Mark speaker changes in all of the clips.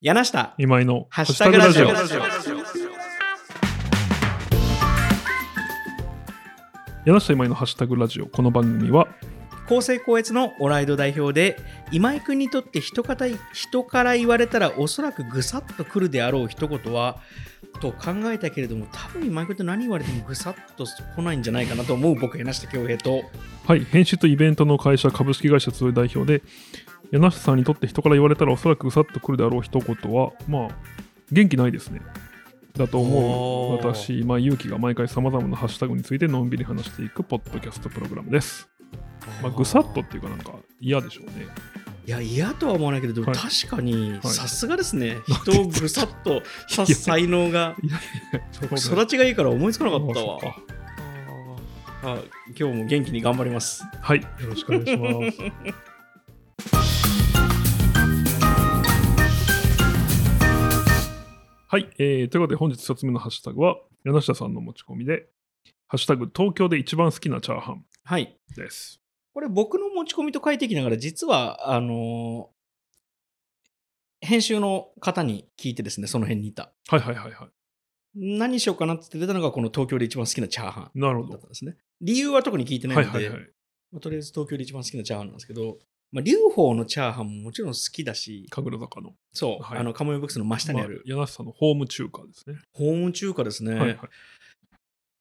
Speaker 1: 柳下、
Speaker 2: 今井の
Speaker 1: ハッシュタグラジオ
Speaker 2: ハッシュタグ柳下今井のハッシュタグラジオ。この番組は、
Speaker 1: 厚生高越のオライド代表で、今井君にとって人から人から言われたらおそらくぐさっとくるであろう一言は、と考えたけれども、多分今井君って何言われてもぐさっと来ないんじゃないかなと思う僕、柳下恭平と、
Speaker 2: はい、編集とイベントの会社株式会社通代表で、柳下さんにとって人から言われたらおそらくさっとくるであろう一言は、まあ、元気ないですね。だと思
Speaker 1: お
Speaker 2: う
Speaker 1: ー
Speaker 2: 私、今井勇気が毎回さまざまなハッシュタグについてのんびり話していくポッドキャストプログラムです。まあ、ぐさっとっていうかなんか嫌でしょう ね。
Speaker 1: いや、嫌とは思わないけれど、
Speaker 2: はい
Speaker 1: 確かに
Speaker 2: い
Speaker 1: さすがですね、人をぐさっ と刺す才能が、育
Speaker 2: ち
Speaker 1: ちがいいから思いつかなかった わ。
Speaker 2: は
Speaker 1: あ今日も元気に頑張ります。
Speaker 2: い、よろしくお願いします。 はい、えーということで本日一つ目のハッシュタグは柳下さんの持ち込みで「ハッシュタグ東京で一番好きなチャーハン
Speaker 1: はい。」
Speaker 2: です。
Speaker 1: これ僕の持ち込みと書いてきながら、実は、あのー編集の方に聞いてですね、その辺にいた。
Speaker 2: はいはいはいは
Speaker 1: 何しようかなって出たのが、この東京で一番好きなチャーハン
Speaker 2: い。なるほ
Speaker 1: だっ
Speaker 2: ど
Speaker 1: た。んですね。理由は特に聞いてない
Speaker 2: はい
Speaker 1: ので、
Speaker 2: はいはい。
Speaker 1: まあとりあえず東京で一番好きなチャーハンなんですけど、まあ、竜宝のチャーハンももちろん好きだし、
Speaker 2: 神楽坂の、
Speaker 1: そう、
Speaker 2: はい
Speaker 1: あの、カモメブックスの真下にある、
Speaker 2: まあ柳下さんのホーム中華ですね。
Speaker 1: ホーム中華ですね。
Speaker 2: はいはい、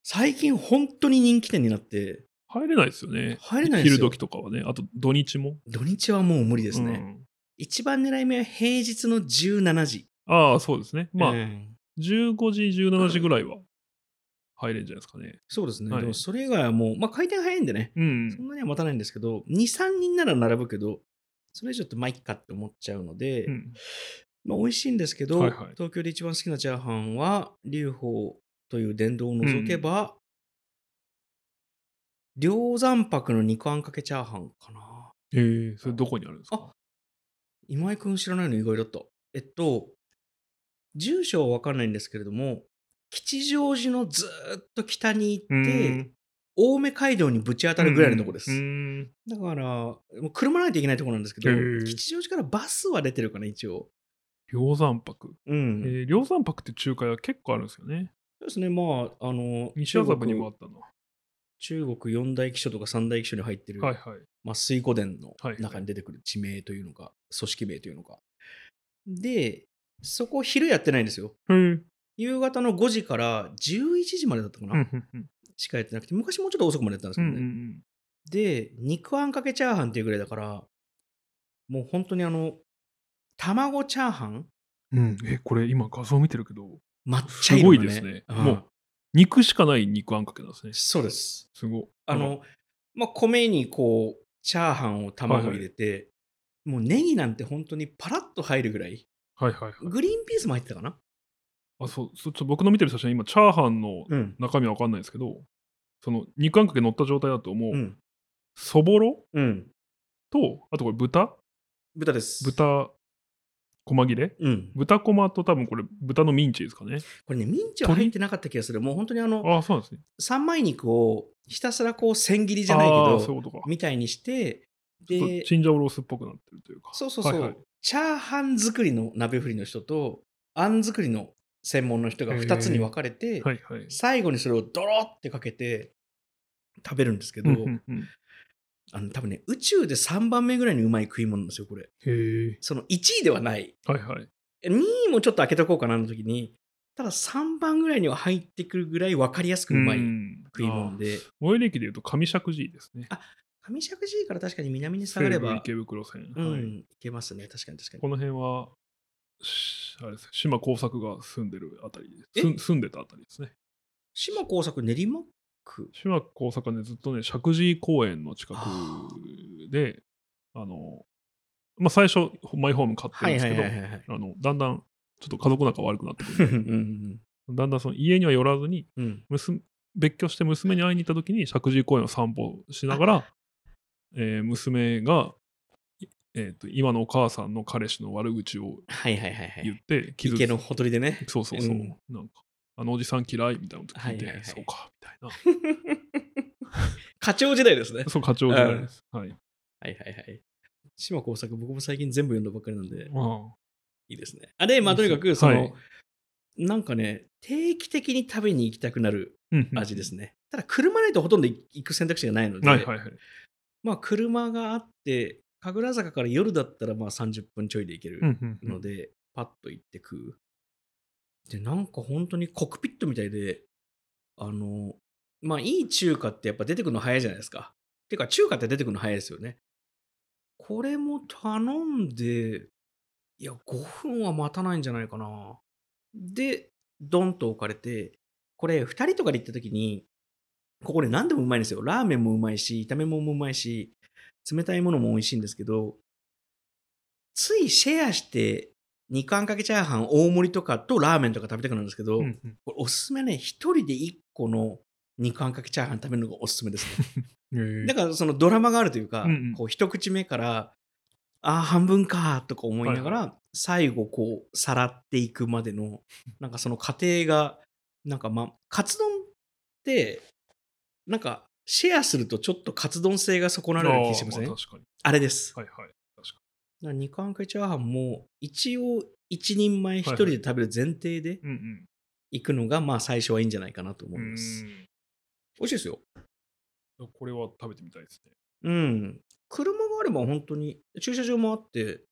Speaker 1: 最近本当に人気店になって、
Speaker 2: 入れないですよね。
Speaker 1: 入れないですよ
Speaker 2: 昼時とかはね。あと土日も。
Speaker 1: 土日はもう無理で
Speaker 2: です
Speaker 1: ね。一番狙い目は平日の17時。
Speaker 2: ああ、そうですね。まあ、
Speaker 1: うん
Speaker 2: 15時、17時ぐらいは入れるんじゃないですかね。
Speaker 1: そうですね。
Speaker 2: はい
Speaker 1: でもそれ以外はもう、まあ回転早いんでね、
Speaker 2: う
Speaker 1: そ
Speaker 2: ん。
Speaker 1: んなには待たないんですけど、2、3人なら並ぶけど、それちょっとまあいっかって思っちゃうので、
Speaker 2: うん、
Speaker 1: まあ美味しいんですけど、
Speaker 2: はいはい
Speaker 1: 東京で一番好きなチャーハンは、龍宝という殿堂を除けば、両山泊の肉あんかけチャーハンかな。
Speaker 2: えー、それどこにあるんですか
Speaker 1: あ今井君知らないの意外だった。えっと、住所は分かんないんですけれども、吉祥寺のずーっと北に行って、青梅街道にぶち当たるぐらいのとこです。
Speaker 2: うん
Speaker 1: だから、もう車ないといけないとこなんですけど、
Speaker 2: へー
Speaker 1: 吉祥寺からバスは出てるかな、一応。
Speaker 2: 両山泊。
Speaker 1: う
Speaker 2: え
Speaker 1: ん。
Speaker 2: ー、両山泊って中華屋結構あるんですよね。
Speaker 1: そうですね、まあ、あの、
Speaker 2: 西麻布にもあったな。
Speaker 1: 中国中国四大基礎とか三大基礎に入ってる、
Speaker 2: はいはい。
Speaker 1: まあ、水湖殿の
Speaker 2: はいはい
Speaker 1: 中に出てくる地名というのか、組織名というのか。で、そこ昼やってないんですよ。
Speaker 2: へー
Speaker 1: 夕方の5時から11時までだったかな、
Speaker 2: うんうんうん
Speaker 1: しかやってなくて、昔もうちょっと遅くまでやってたんです
Speaker 2: う
Speaker 1: け
Speaker 2: ん
Speaker 1: ど
Speaker 2: う
Speaker 1: ね。
Speaker 2: ん
Speaker 1: で、肉あんかけチャーハンっていうぐらいだから、もう本当にあの、卵チャーハン
Speaker 2: うんえこれ今画像見てるけど
Speaker 1: 抹茶色の、ね、
Speaker 2: すごいですね
Speaker 1: うん
Speaker 2: もう肉しかない肉あんかけなんですね
Speaker 1: そうです。
Speaker 2: すごい
Speaker 1: あの、まあ、米にこう、チャーハンを卵入れて、もうネギなんて本当にパラッと入るぐらい。
Speaker 2: はいはいはい
Speaker 1: グリーンピースも入ってたかな
Speaker 2: あそうそちょっと僕の見てる写真今チャーハンの
Speaker 1: うん。
Speaker 2: 中身は分かんないですけどその肉あんかけ乗った状態だともう、
Speaker 1: うん。
Speaker 2: そぼろ
Speaker 1: うん。
Speaker 2: とあとこれ豚
Speaker 1: 豚です。。
Speaker 2: 豚細切れ
Speaker 1: うん。
Speaker 2: 豚こまと多分これ豚のミンチですかね
Speaker 1: これね、ミンチは入ってなかった気がする。もう本当にあの、
Speaker 2: ああそうなんですね
Speaker 1: 三枚肉をひたすらこう千切りじゃないけ
Speaker 2: あーそうい
Speaker 1: ど、
Speaker 2: うことか
Speaker 1: みたいにして、
Speaker 2: ちょっ
Speaker 1: で
Speaker 2: と、チンジャオロースっぽくなってるというか
Speaker 1: そうそうそう、
Speaker 2: はいはい
Speaker 1: チャーハン作りの鍋振りの人と、あん作りの専門の人が
Speaker 2: へー
Speaker 1: 2つに分かれて、
Speaker 2: はいはい
Speaker 1: 最後にそれをドロってかけて食べるんですけど、
Speaker 2: うんうんうん
Speaker 1: あの多分ね、宇宙で3番目ぐらいにうまい食い物なんですよ、これ。
Speaker 2: へえ
Speaker 1: その1位ではない。
Speaker 2: はいはい
Speaker 1: 2位もちょっと開けとこうかなの時に、ただ3番ぐらいには入ってくるぐらい分かりやすくうまい
Speaker 2: ん
Speaker 1: 食い物
Speaker 2: あー
Speaker 1: で、
Speaker 2: 最寄り駅でいうと上石神井ですね
Speaker 1: 上石神井から確かに南に下がれ
Speaker 2: 西武
Speaker 1: ば、
Speaker 2: 池袋線、
Speaker 1: う
Speaker 2: はい、
Speaker 1: ん、いけますね、確かに確かに
Speaker 2: こ。の辺はしあれです島耕作が住んでるあたり
Speaker 1: え
Speaker 2: すん住んでたあたりですね
Speaker 1: 島耕作練馬区
Speaker 2: 島耕作はねずっとね石神井公園の近くであの、まあ、最初マイホーム買ってるんですけど、
Speaker 1: いはい。
Speaker 2: あのだんだんちょっと家族仲悪くなってく
Speaker 1: う
Speaker 2: るんで
Speaker 1: ん
Speaker 2: だんだんその家には寄らずに
Speaker 1: うんうん
Speaker 2: 娘別居して娘に会いに行った時に石神井公園を散歩しながら、えー娘が、えー、と今のお母さんの彼氏の悪口を
Speaker 1: はいはいはいは
Speaker 2: 言っ
Speaker 1: い。
Speaker 2: て傷つ
Speaker 1: 池のほとりで ね。
Speaker 2: そうそうそ
Speaker 1: う
Speaker 2: う、
Speaker 1: ん
Speaker 2: なんかあのおじさん嫌いみたいなこと聞いて、
Speaker 1: はいはいはい
Speaker 2: そうかみたいな
Speaker 1: 課長時代ですね。
Speaker 2: そう、課長ぐらいです。はい。
Speaker 1: はいはいはい。島耕作、僕も最近全部読んだばっかりなんで、
Speaker 2: あ
Speaker 1: いいですね。あで、まあ、とにかく、その、
Speaker 2: はい
Speaker 1: なんかね、定期的に食べに行きたくなる
Speaker 2: うんうん
Speaker 1: 味ですね。ただ、車ないとほとんど行く選択肢がないので、
Speaker 2: はいはいはい。
Speaker 1: まあ、車があって、神楽坂から夜だったら、まあ、30分ちょいで行ける。
Speaker 2: うんうんうん
Speaker 1: ので、パッと行って食う。で、なんか本当にコックピットみたいで、あの、まあいい中華ってやっぱ出てくるの早いじゃないですか。てか中華って出てくるの早いですよね。これも頼んで、いや、5分は待たないんじゃないかな。で、ドンと置かれて、これ2人とかで行った時に、ここで何でもうまいんですよ。ラーメンもうまいし、炒め物もうまいし、冷たいものも美味しいんですけど、ついシェアして2貫かけチャーハン大盛りとかとラーメンとか食べたくなるんですけど、
Speaker 2: うんうん
Speaker 1: これおすすめね1人で1個の2貫かけチャーハン食べるのがおすすめですね
Speaker 2: えー
Speaker 1: だからそのドラマがあるというか、
Speaker 2: うんうん
Speaker 1: こう一口目からああ半分かとか思いながら、
Speaker 2: は
Speaker 1: 最後こうさらっていくまで のなんかその過程がなんかまあカツ丼ってなんかシェアするとちょっとカツ丼性が損なわれる気がしません
Speaker 2: あ
Speaker 1: あ
Speaker 2: ーあ確かに。
Speaker 1: れです
Speaker 2: はいはい。確
Speaker 1: だ
Speaker 2: か
Speaker 1: から二貫系チャーハンも一応一人前一人で食べる前提で
Speaker 2: に。うん
Speaker 1: 行くのがまあ最初はいいんじゃないかなと思
Speaker 2: う
Speaker 1: い
Speaker 2: ん。う
Speaker 1: ます。
Speaker 2: ん
Speaker 1: 美味しいですよ。
Speaker 2: これは食べてみたいですね。
Speaker 1: うん。車があれば本当に駐車場もあって、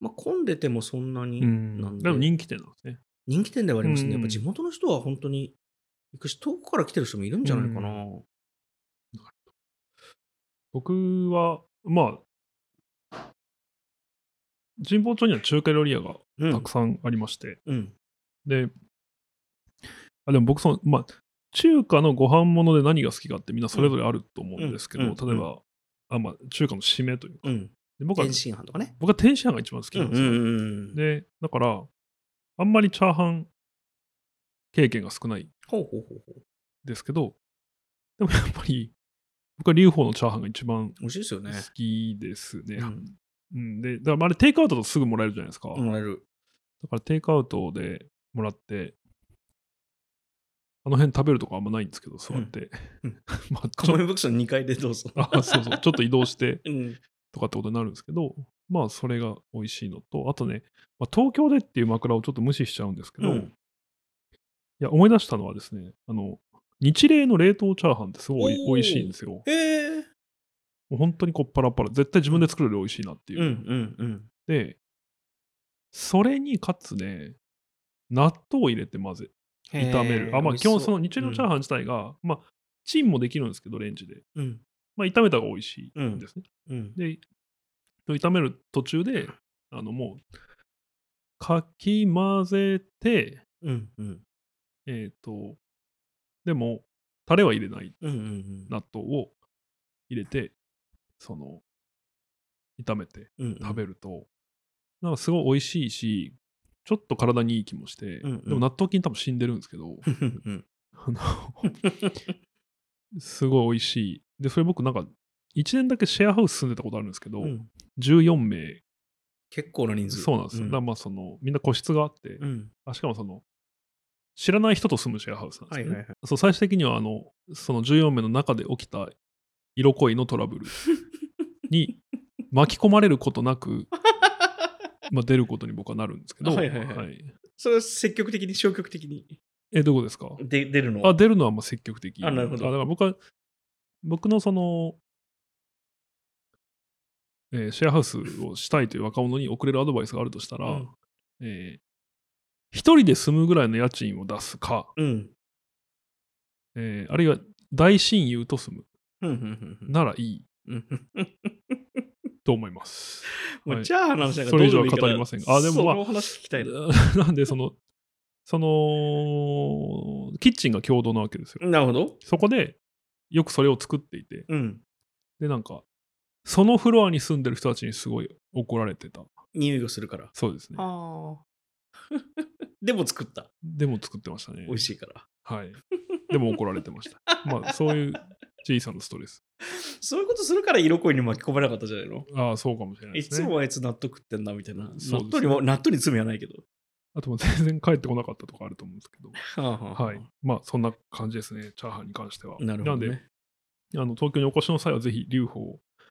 Speaker 1: まあ、混んでてもそんなになんで、
Speaker 2: でも人気店なんですね。
Speaker 1: 人気店ではありますね。
Speaker 2: う
Speaker 1: や
Speaker 2: ん
Speaker 1: っぱ地元の人は本当に行くし遠くから来てる人もいるんじゃないかな。
Speaker 2: 僕は、まあ、神保町には中華料理屋が
Speaker 1: うん。
Speaker 2: たくさんありまして、
Speaker 1: うん。
Speaker 2: で、あでも僕その、まあ、中華のご飯物で何が好きかってみんなそれぞれあると思うんですけど、
Speaker 1: うんうんうん
Speaker 2: 例えば、あまあ、中華の締めというか、
Speaker 1: うん。
Speaker 2: で僕は
Speaker 1: 天津飯とかね。
Speaker 2: 僕は天津飯が一番好き
Speaker 1: うん
Speaker 2: な
Speaker 1: うんん
Speaker 2: です
Speaker 1: う
Speaker 2: よ。
Speaker 1: ん。
Speaker 2: で、だから、あんまりチャーハン経験が少ない
Speaker 1: ほうほうほうほう。
Speaker 2: ですけど、でもやっぱり、僕は龍鳳のチャーハンが一番
Speaker 1: 美味しいですよ
Speaker 2: 好
Speaker 1: ね。
Speaker 2: きですね。
Speaker 1: うん。
Speaker 2: うん、で、だからあれテイクアウトだとすぐもらえるじゃないですか。だ
Speaker 1: もらえる。
Speaker 2: からテイクアウトでもらって、あの辺食べるとこあんまないんですけど、座って。
Speaker 1: うん
Speaker 2: まあ、ち
Speaker 1: カ
Speaker 2: ょ
Speaker 1: モメブックスの2階でどうぞ。
Speaker 2: あそうそう、ちょっと移動して
Speaker 1: うん。
Speaker 2: とかってことになるんですけど、まあ、それが美味しいのと、あとね、まあ、東京でっていう枕をちょっと無視しちゃうんですけ
Speaker 1: う
Speaker 2: ど、い
Speaker 1: ん。
Speaker 2: や、思い出したのはですね、あの、日霊の冷凍チャーハンってすごい
Speaker 1: おー
Speaker 2: 美味しいんですよ。も
Speaker 1: へえ。
Speaker 2: う本当にこっぱらっぱら、絶対自分で作るより美味しいなっていう。
Speaker 1: うんうんうん。
Speaker 2: で、それにかつね、納豆を入れて混ぜ、炒める。あ、まあ、基本その日のチャー
Speaker 1: ン。
Speaker 2: ハン自体が、まあ、チンもできるんですけど、レンジで。
Speaker 1: うん。
Speaker 2: まあ、炒めた方が美味しいんですね。
Speaker 1: うん。
Speaker 2: で、炒める途中で、あの、もう、かき混ぜて、
Speaker 1: うん。うん。
Speaker 2: えっ、と、でも、タレは入れない
Speaker 1: うん。うん。
Speaker 2: 納豆を入れて、その、炒めて
Speaker 1: うん。
Speaker 2: 食
Speaker 1: る。
Speaker 2: べると、なんかすごい美味しいし、ちょっと体にいい気もして、
Speaker 1: うんうん
Speaker 2: でも納豆菌多分死んでるんですけ ど、
Speaker 1: うん。
Speaker 2: あのすごい美味しい。で、それ僕なんか、1年だけシェアハウス住んでたことあるんですけど、
Speaker 1: うん。
Speaker 2: 14名、
Speaker 1: 結構な人数。
Speaker 2: そうなんですよ。だからまあその、みんな個室があって、
Speaker 1: うん。
Speaker 2: あしかもその、知らない人と住むシェアハウスなんですよね。
Speaker 1: はいはいは
Speaker 2: そう最終的にはあの、その14名の中で起きた色恋のトラブルに巻き込まれることな く、まあ出ることに僕はなるんですけど、
Speaker 1: はいはいはいそれは積極的に消極的に
Speaker 2: え、どこですか
Speaker 1: で出るの
Speaker 2: あ、出るのはまあ積極的。
Speaker 1: あなるほど
Speaker 2: だから僕は、僕のその、えーシェアハウスをしたいという若者に送れるアドバイスがあるとしたら、
Speaker 1: うん
Speaker 2: えー一人で住むぐらいの家賃を出すか、
Speaker 1: うん。
Speaker 2: えーあるいは大親友と住む
Speaker 1: うんうんうん
Speaker 2: ならいい
Speaker 1: うん。
Speaker 2: と思います。
Speaker 1: も
Speaker 2: は
Speaker 1: う
Speaker 2: い
Speaker 1: チャーハンの話なんか
Speaker 2: そ
Speaker 1: ど
Speaker 2: れ
Speaker 1: う
Speaker 2: 以
Speaker 1: で
Speaker 2: 上
Speaker 1: も
Speaker 2: はい
Speaker 1: いから
Speaker 2: 語りませんがあでもまあ
Speaker 1: その話聞きたいな。
Speaker 2: なんで、その、その、キッチンが共同なわけですよ。
Speaker 1: なるほど。
Speaker 2: そこで、よくそれを作っていて、
Speaker 1: うん。
Speaker 2: で、なんか、そのフロアに住んでる人たちにすごい怒られてた。
Speaker 1: 匂いがするから。
Speaker 2: そうですね。
Speaker 1: ああ。 でも作った。
Speaker 2: でも作ってましたね。
Speaker 1: 美味しいから。
Speaker 2: はい。でも怒られ てました。まあ、そういう小さなストレス。
Speaker 1: そういうことするから色恋に巻き込まれなかったじゃないの
Speaker 2: ああ、そうかもしれない
Speaker 1: い
Speaker 2: です
Speaker 1: つ
Speaker 2: ね。
Speaker 1: もあいつ納得ってんなみたいな。
Speaker 2: そう
Speaker 1: 納
Speaker 2: です
Speaker 1: 豆にも、納豆に罪はないけど。
Speaker 2: あともう全然帰ってこなかったとかあると思うんですけど。
Speaker 1: はあはあはあ
Speaker 2: はい。まあ、そんな感じですね。チャーハンに関しては。
Speaker 1: なるほど、
Speaker 2: んで
Speaker 1: ね。
Speaker 2: あの、東京にお越しの際は、ぜひ、留宝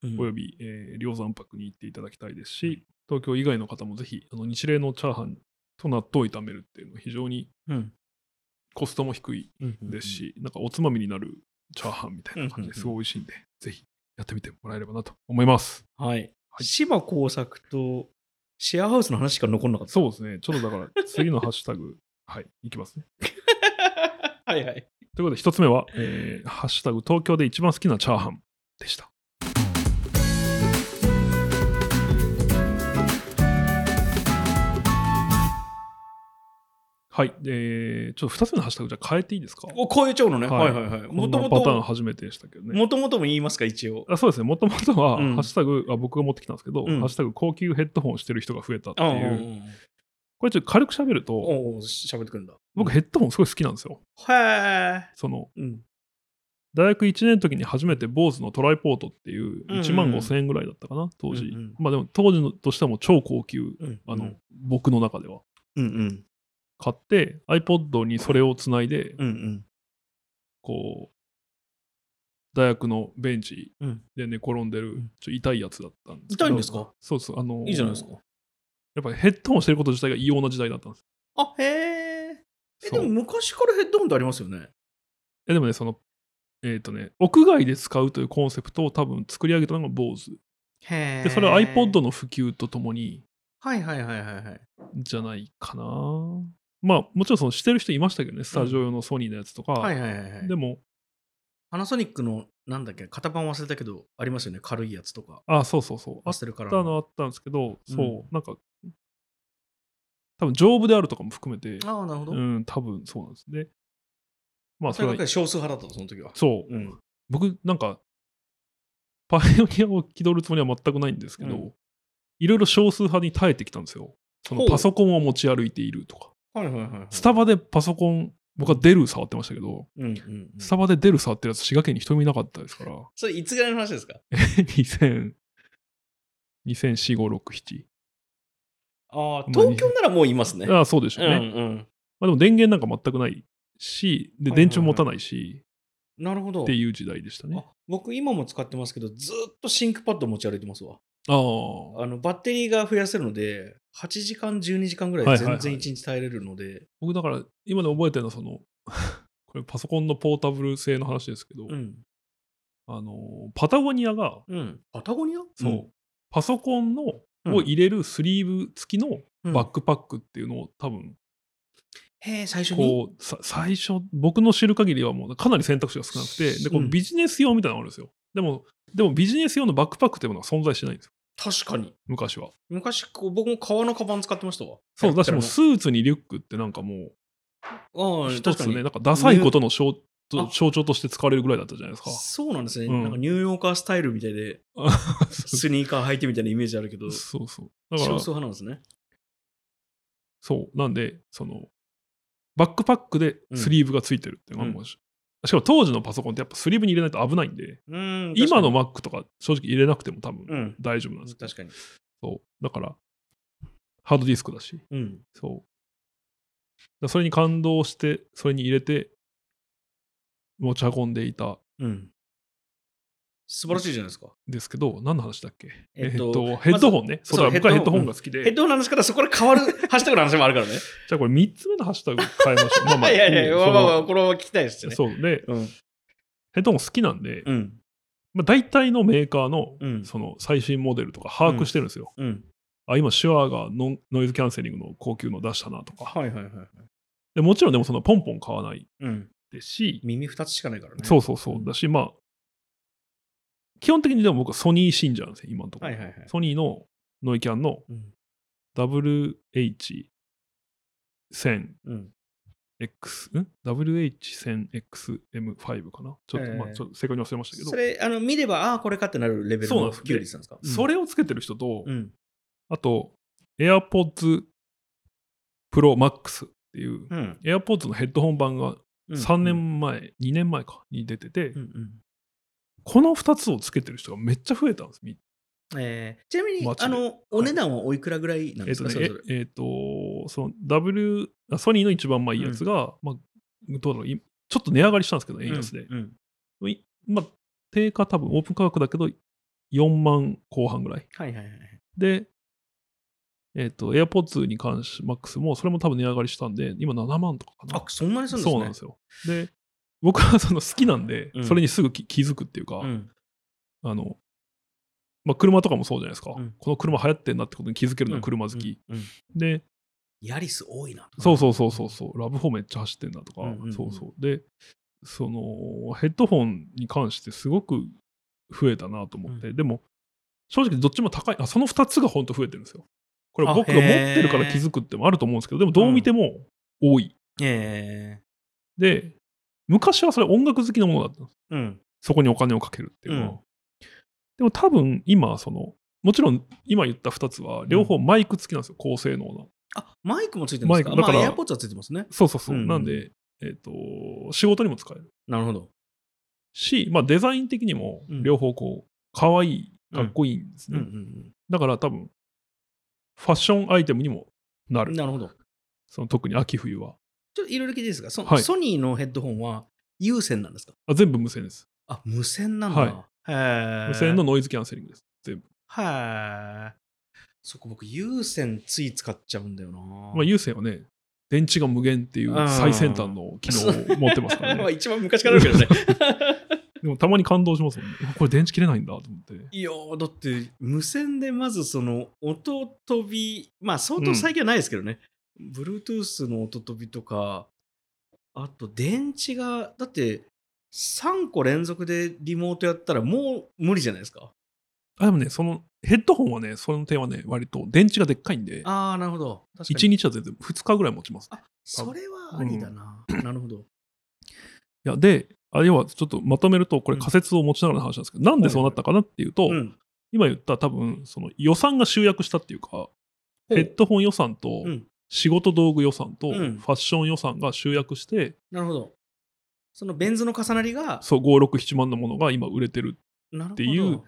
Speaker 1: うん
Speaker 2: および、えー、梁山泊に行っていただきたいですし、東京以外の方もぜひ、あの日例のチャーハンと納豆を炒めるっていうのは非常に
Speaker 1: うん
Speaker 2: コストも低い
Speaker 1: うん
Speaker 2: ですし、なんかおつまみになるチャーハンみたいな感じ
Speaker 1: うん
Speaker 2: ですごい美味しいんで、ぜひやってみてもらえればなと思います。
Speaker 1: はい
Speaker 2: はい
Speaker 1: 芝工作とシェアハウスの話しか残んなかった
Speaker 2: そうですね。ちょっとだから、次のハッシュタグ、はい、いきますね。
Speaker 1: はいはい
Speaker 2: ということで、一つ目は、えーハッシュタグ、東京で一番好きなチャーハンでした。はい、えー、ちょっと二つ目のハッシュタグ、じゃあ変えていいですか
Speaker 1: おこういう蝶のね、は、
Speaker 2: はいい
Speaker 1: はいはいも
Speaker 2: こと
Speaker 1: も
Speaker 2: のパターン
Speaker 1: と
Speaker 2: 初めてでしたけどね。
Speaker 1: もともとも言いますか一応
Speaker 2: あそうですね、もともとは、
Speaker 1: うん
Speaker 2: ハッシュタグあ、僕が持ってきたんですけど、
Speaker 1: うん
Speaker 2: ハッシュタグ、高級ヘッドホンしてる人が増えたって
Speaker 1: ああ
Speaker 2: いう、これちょっと軽く喋ると、
Speaker 1: おおしゃべってくるんだ
Speaker 2: 僕、ヘッドホンすごい好きなんですよ。
Speaker 1: へ
Speaker 2: その
Speaker 1: えうん
Speaker 2: 大学1年の時に初めて BOSE のトライポートっていう
Speaker 1: うんうん
Speaker 2: 1万5000円ぐらいだったかな、当時、
Speaker 1: うんうん
Speaker 2: まあでも当時のとしてはもう超高級
Speaker 1: うん
Speaker 2: あの、僕の中では
Speaker 1: うんうん
Speaker 2: 買って iPod にそれをつないで、
Speaker 1: うんうん
Speaker 2: こう大学のベンチ
Speaker 1: うん
Speaker 2: で寝転んでる、
Speaker 1: ん
Speaker 2: ちょっと痛いやつだったんですけど
Speaker 1: 痛いんですか
Speaker 2: そうそうあの
Speaker 1: いいじゃないですか
Speaker 2: やっぱりヘッドホンしてること自体が異様な時代だったんです
Speaker 1: あへええ
Speaker 2: そ
Speaker 1: で
Speaker 2: う
Speaker 1: も昔からヘッドホンってありますよね
Speaker 2: えでもねそのえっ、とね屋外で使うというコンセプトを多分作り上げたのが BOSE
Speaker 1: へえ
Speaker 2: でそれは iPod の普及とともに、
Speaker 1: はいはいはいはいはい
Speaker 2: じゃないかな。まあもちろんそのしてる人いましたけどね、スタジオ用のソニーのやつとか。
Speaker 1: はいはいはいはい
Speaker 2: でも、
Speaker 1: パナソニックのなんだっけ型番忘れたけどありますよね軽いやつとか
Speaker 2: あ、そうそうそう。あ
Speaker 1: パ
Speaker 2: っ
Speaker 1: ステルカ
Speaker 2: た
Speaker 1: ラーの
Speaker 2: のあったんですけど、
Speaker 1: うん
Speaker 2: そう、なんか、多分丈夫であるとかも含めて、
Speaker 1: ああなるほど、
Speaker 2: うん、多分そうなんですね。まあ
Speaker 1: そ
Speaker 2: そ
Speaker 1: れ
Speaker 2: れ
Speaker 1: ばっか
Speaker 2: は、
Speaker 1: り少数派だったのその時は
Speaker 2: そう、
Speaker 1: うん
Speaker 2: 僕なんか、パイオニアを気取るつもりは全くないんですけど、
Speaker 1: うん
Speaker 2: いろいろ少数派に耐えてきたんですよ。そのパソコンを持ち歩いているとか。
Speaker 1: はいはいはいはい
Speaker 2: スタバでパソコン、僕はデル触ってましたけど、
Speaker 1: うんうんうん
Speaker 2: スタバで出る触ってるやつ、滋賀県に人もいなかったですから、
Speaker 1: それいつぐらいの話ですか
Speaker 2: 2000、2004、5、6、
Speaker 1: ああ
Speaker 2: まあ
Speaker 1: 東京ならもういますね
Speaker 2: 7。ああ、そうでしょうね。
Speaker 1: うんうん
Speaker 2: まあ、でも電源なんか全くないし、で、
Speaker 1: はいはいはい
Speaker 2: 電柱持たないし、
Speaker 1: なるほど
Speaker 2: っていう時代でしたね。
Speaker 1: あ僕今も使ってますけどずっとシンクパッド持ち歩いてますわ
Speaker 2: ああ。
Speaker 1: あのバッテリーが増やせるので8時間12時間ぐら
Speaker 2: はいいはいは
Speaker 1: 全
Speaker 2: い
Speaker 1: 然1日耐えれるので、
Speaker 2: 僕だから、今で覚えてるのは、その、 これパソコンのポータブル性の話ですけど、
Speaker 1: うん
Speaker 2: あの、パタゴニアが、
Speaker 1: うんパタゴニア
Speaker 2: そう、パソコンの
Speaker 1: うん
Speaker 2: を入れるスリーブ付きの
Speaker 1: うん
Speaker 2: バックパックっていうのを多分、
Speaker 1: へえ最初に
Speaker 2: こうさ最初僕の知る限りはもうかなり選択肢が少なくてでこ
Speaker 1: う
Speaker 2: うんビジネス用みたいなのがあるんですよでもでもビジネス用のバックパックっていうものは存在しないんですよ
Speaker 1: 確かに
Speaker 2: 昔は
Speaker 1: 昔こう僕も革のカバン使ってましたわ
Speaker 2: そうだしもう
Speaker 1: ペ
Speaker 2: スーツにリュックってなんかも
Speaker 1: ラ
Speaker 2: う
Speaker 1: ペラのああ
Speaker 2: 一つ
Speaker 1: 確か
Speaker 2: ね
Speaker 1: に
Speaker 2: なんかダサいことの象
Speaker 1: あ
Speaker 2: と象徴として使われるぐらいだったじゃないですか
Speaker 1: そうなんですね、
Speaker 2: うん
Speaker 1: なんかニューヨーカースタイルみたいで スニーカー履いてみたいなイメージあるけど
Speaker 2: そうそうだから
Speaker 1: 少数派なんですね
Speaker 2: そうなんでそのバックパックでスリーブがついてるっていうのがもうししかも当時のパソコンってやっぱスリーブに入れないと危ないんで
Speaker 1: うん
Speaker 2: 今の
Speaker 1: も
Speaker 2: Mac とか正直入れなくても多
Speaker 1: う
Speaker 2: 分
Speaker 1: ん
Speaker 2: 大丈夫なんですけど
Speaker 1: 確かに
Speaker 2: そう。だから、ハードディスクだし、
Speaker 1: うん
Speaker 2: そう。だからそれに感動して、それに入れて、持ち運んでいたん
Speaker 1: うん素晴らしいじゃないですか
Speaker 2: ですけど、何の話だっけ
Speaker 1: えっ
Speaker 2: えっ
Speaker 1: と
Speaker 2: と、ヘッドホンね。
Speaker 1: まず
Speaker 2: そう
Speaker 1: そ
Speaker 2: だ、
Speaker 1: う
Speaker 2: 僕は
Speaker 1: ヘ
Speaker 2: ヘ
Speaker 1: ッド
Speaker 2: ッド
Speaker 1: ホ
Speaker 2: ホ
Speaker 1: ン
Speaker 2: ンが好き
Speaker 1: ヘッ
Speaker 2: で、じ
Speaker 1: ドホンの話からそこで変わるハッシュタグの話もあるからね。
Speaker 2: ゃあこれ3つ目のハッシュタグ変えましょう。まあま あ、
Speaker 1: いやいやいや、
Speaker 2: そ
Speaker 1: まあ
Speaker 2: の
Speaker 1: まあまあ、これは聞きたいですよね。
Speaker 2: そうで、
Speaker 1: うん。
Speaker 2: ヘッドホン好きなんで、
Speaker 1: うん。
Speaker 2: まあ、大体のメーカーの、
Speaker 1: うん
Speaker 2: その最新モデルとか把握してるんですよ。
Speaker 1: うん。
Speaker 2: あ、今、シュアーがノンノイズキャンセリングの高級の出したなとか。
Speaker 1: はいはいはいはい。
Speaker 2: でもちろん、でもそのポンポン買わない
Speaker 1: うん。
Speaker 2: ですし、
Speaker 1: 耳2つしかないからね。
Speaker 2: そうそうそう。だし、まあ、基本的にでも僕はソニー信者なんですよ、今のとこ
Speaker 1: は
Speaker 2: ろ。
Speaker 1: いはいはい。
Speaker 2: ソニーのノイキャンの
Speaker 1: うん。
Speaker 2: WH1000X、
Speaker 1: うん。
Speaker 2: ん ?WH1000XM5 かなちょっと、
Speaker 1: ええ
Speaker 2: まあ、ちょっと正確に忘れましたけど、
Speaker 1: それ、あの、見れば、ああー、これかってなるレベル
Speaker 2: そうなん
Speaker 1: の
Speaker 2: です
Speaker 1: 普及率なんですか
Speaker 2: それをつけてる人と、
Speaker 1: うん。
Speaker 2: あと、AirPods Pro Max っていう、
Speaker 1: うん。
Speaker 2: AirPods のヘッドホン版が
Speaker 1: うん
Speaker 2: 3。年前、2年前かに出てて、
Speaker 1: うんうん。
Speaker 2: この2つをつけてる人がめっちゃ増えたんです、み
Speaker 1: えーちなみに
Speaker 2: 街、で
Speaker 1: あの、お値段はおいくらぐらいなんで
Speaker 2: えっ
Speaker 1: すか、
Speaker 2: とね
Speaker 1: それぞれ、。
Speaker 2: ええっと、その W、あソニーの一番まあいいやつが、まあ、どうだろう、いちょっと値上がりしたんですけど、円安で。
Speaker 1: うん。
Speaker 2: いまあ、定価多分オープン価格だけど、4万後半ぐらい。
Speaker 1: はいはいはい。
Speaker 2: で、えっ、と、AirPods に関し、MAX も、それも多分値上がりしたんで、今7万とかかな。
Speaker 1: あそんなにするんですね
Speaker 2: そうなんですよ。で、僕はその好きなんで、
Speaker 1: うん
Speaker 2: それにすぐ気気づくっていうか、
Speaker 1: うん
Speaker 2: あの、まあ、車とかもそうじゃないですか、
Speaker 1: うん
Speaker 2: この車流行ってんなってことに気づけるのは車好き。
Speaker 1: うんうん
Speaker 2: で、
Speaker 1: ヤリス多いな
Speaker 2: そうそうそうそうそう、ラブホめっちゃ走ってんなとか、
Speaker 1: うんうんうん
Speaker 2: そうそう。で、そのヘッドホンに関してすごく増えたなと思って、でも、正直どっちも高い、あその2つが本当増えてるんですよ。これ
Speaker 1: あ
Speaker 2: 僕が持ってるから気づくってもあると思うんですけど、でもどう見ても多い。
Speaker 1: え
Speaker 2: で、昔はそれ音楽好きのものだったんです
Speaker 1: えうん
Speaker 2: そこにお金をかけるっていうのは。
Speaker 1: うん
Speaker 2: でも多分今、その、もちろん今言った2つは、両方マイク付きなんですよ、高性能な。
Speaker 1: あマイクもついてますか
Speaker 2: マイクだから
Speaker 1: まあエアポッツはついてますね
Speaker 2: そうそうそう。
Speaker 1: うん
Speaker 2: なんで、えっ、と、仕事にも使える
Speaker 1: なるほど
Speaker 2: し、まあデザイン的にも
Speaker 1: うん
Speaker 2: 両方こう、可愛いかっこいいんです
Speaker 1: うん
Speaker 2: ね。
Speaker 1: うんうん
Speaker 2: だから多分、ファッションアイテムにもなる。
Speaker 1: なるほど
Speaker 2: その特に秋冬は。
Speaker 1: ちょっといろいろ聞いていいですかそ、
Speaker 2: はい
Speaker 1: ソニーのヘッドホンは有線なんですか
Speaker 2: あ全部無線です。
Speaker 1: あ無線なんだ、
Speaker 2: はい
Speaker 1: へー
Speaker 2: 無線のノイズキャンセリングです。全部。
Speaker 1: はいそこ僕有線つい使っちゃうんだよな、ま
Speaker 2: まあ有線はね、電池が無限っていう最先端の機能を持ってますから ね。
Speaker 1: 一番昔からあるけどね
Speaker 2: でもたまに感動しますもんね。これ電池切れないんだと思って。
Speaker 1: いやーだって無線でまずその音飛びまあ相当最近はないですけどね、Bluetooth の音飛びとかあと電池がだって3個連続でリモートやったらもう無理じゃないですか
Speaker 2: あ、でもね、そのヘッドホンはね、その点はね、割と電池がでっかいんで、
Speaker 1: ああなるほど確かに
Speaker 2: 1日は全然2日ぐらい持ちます。
Speaker 1: あそれはありだな、なるほど
Speaker 2: いや、で、あ要はちょっとまとめると、これ仮説を持ちながらの話なんですけど、なんでそうなったかなっていうと、
Speaker 1: うん
Speaker 2: 今言った多分、その予算が集約したっていうか、ヘッドホン予算と
Speaker 1: うん
Speaker 2: 仕事道具予算と
Speaker 1: う
Speaker 2: ファ
Speaker 1: ん
Speaker 2: ッション予算が集約して、
Speaker 1: なるほどそのベン図の重なりが
Speaker 2: そう、5、6、7万のものが今売れてる
Speaker 1: なるほど
Speaker 2: ていう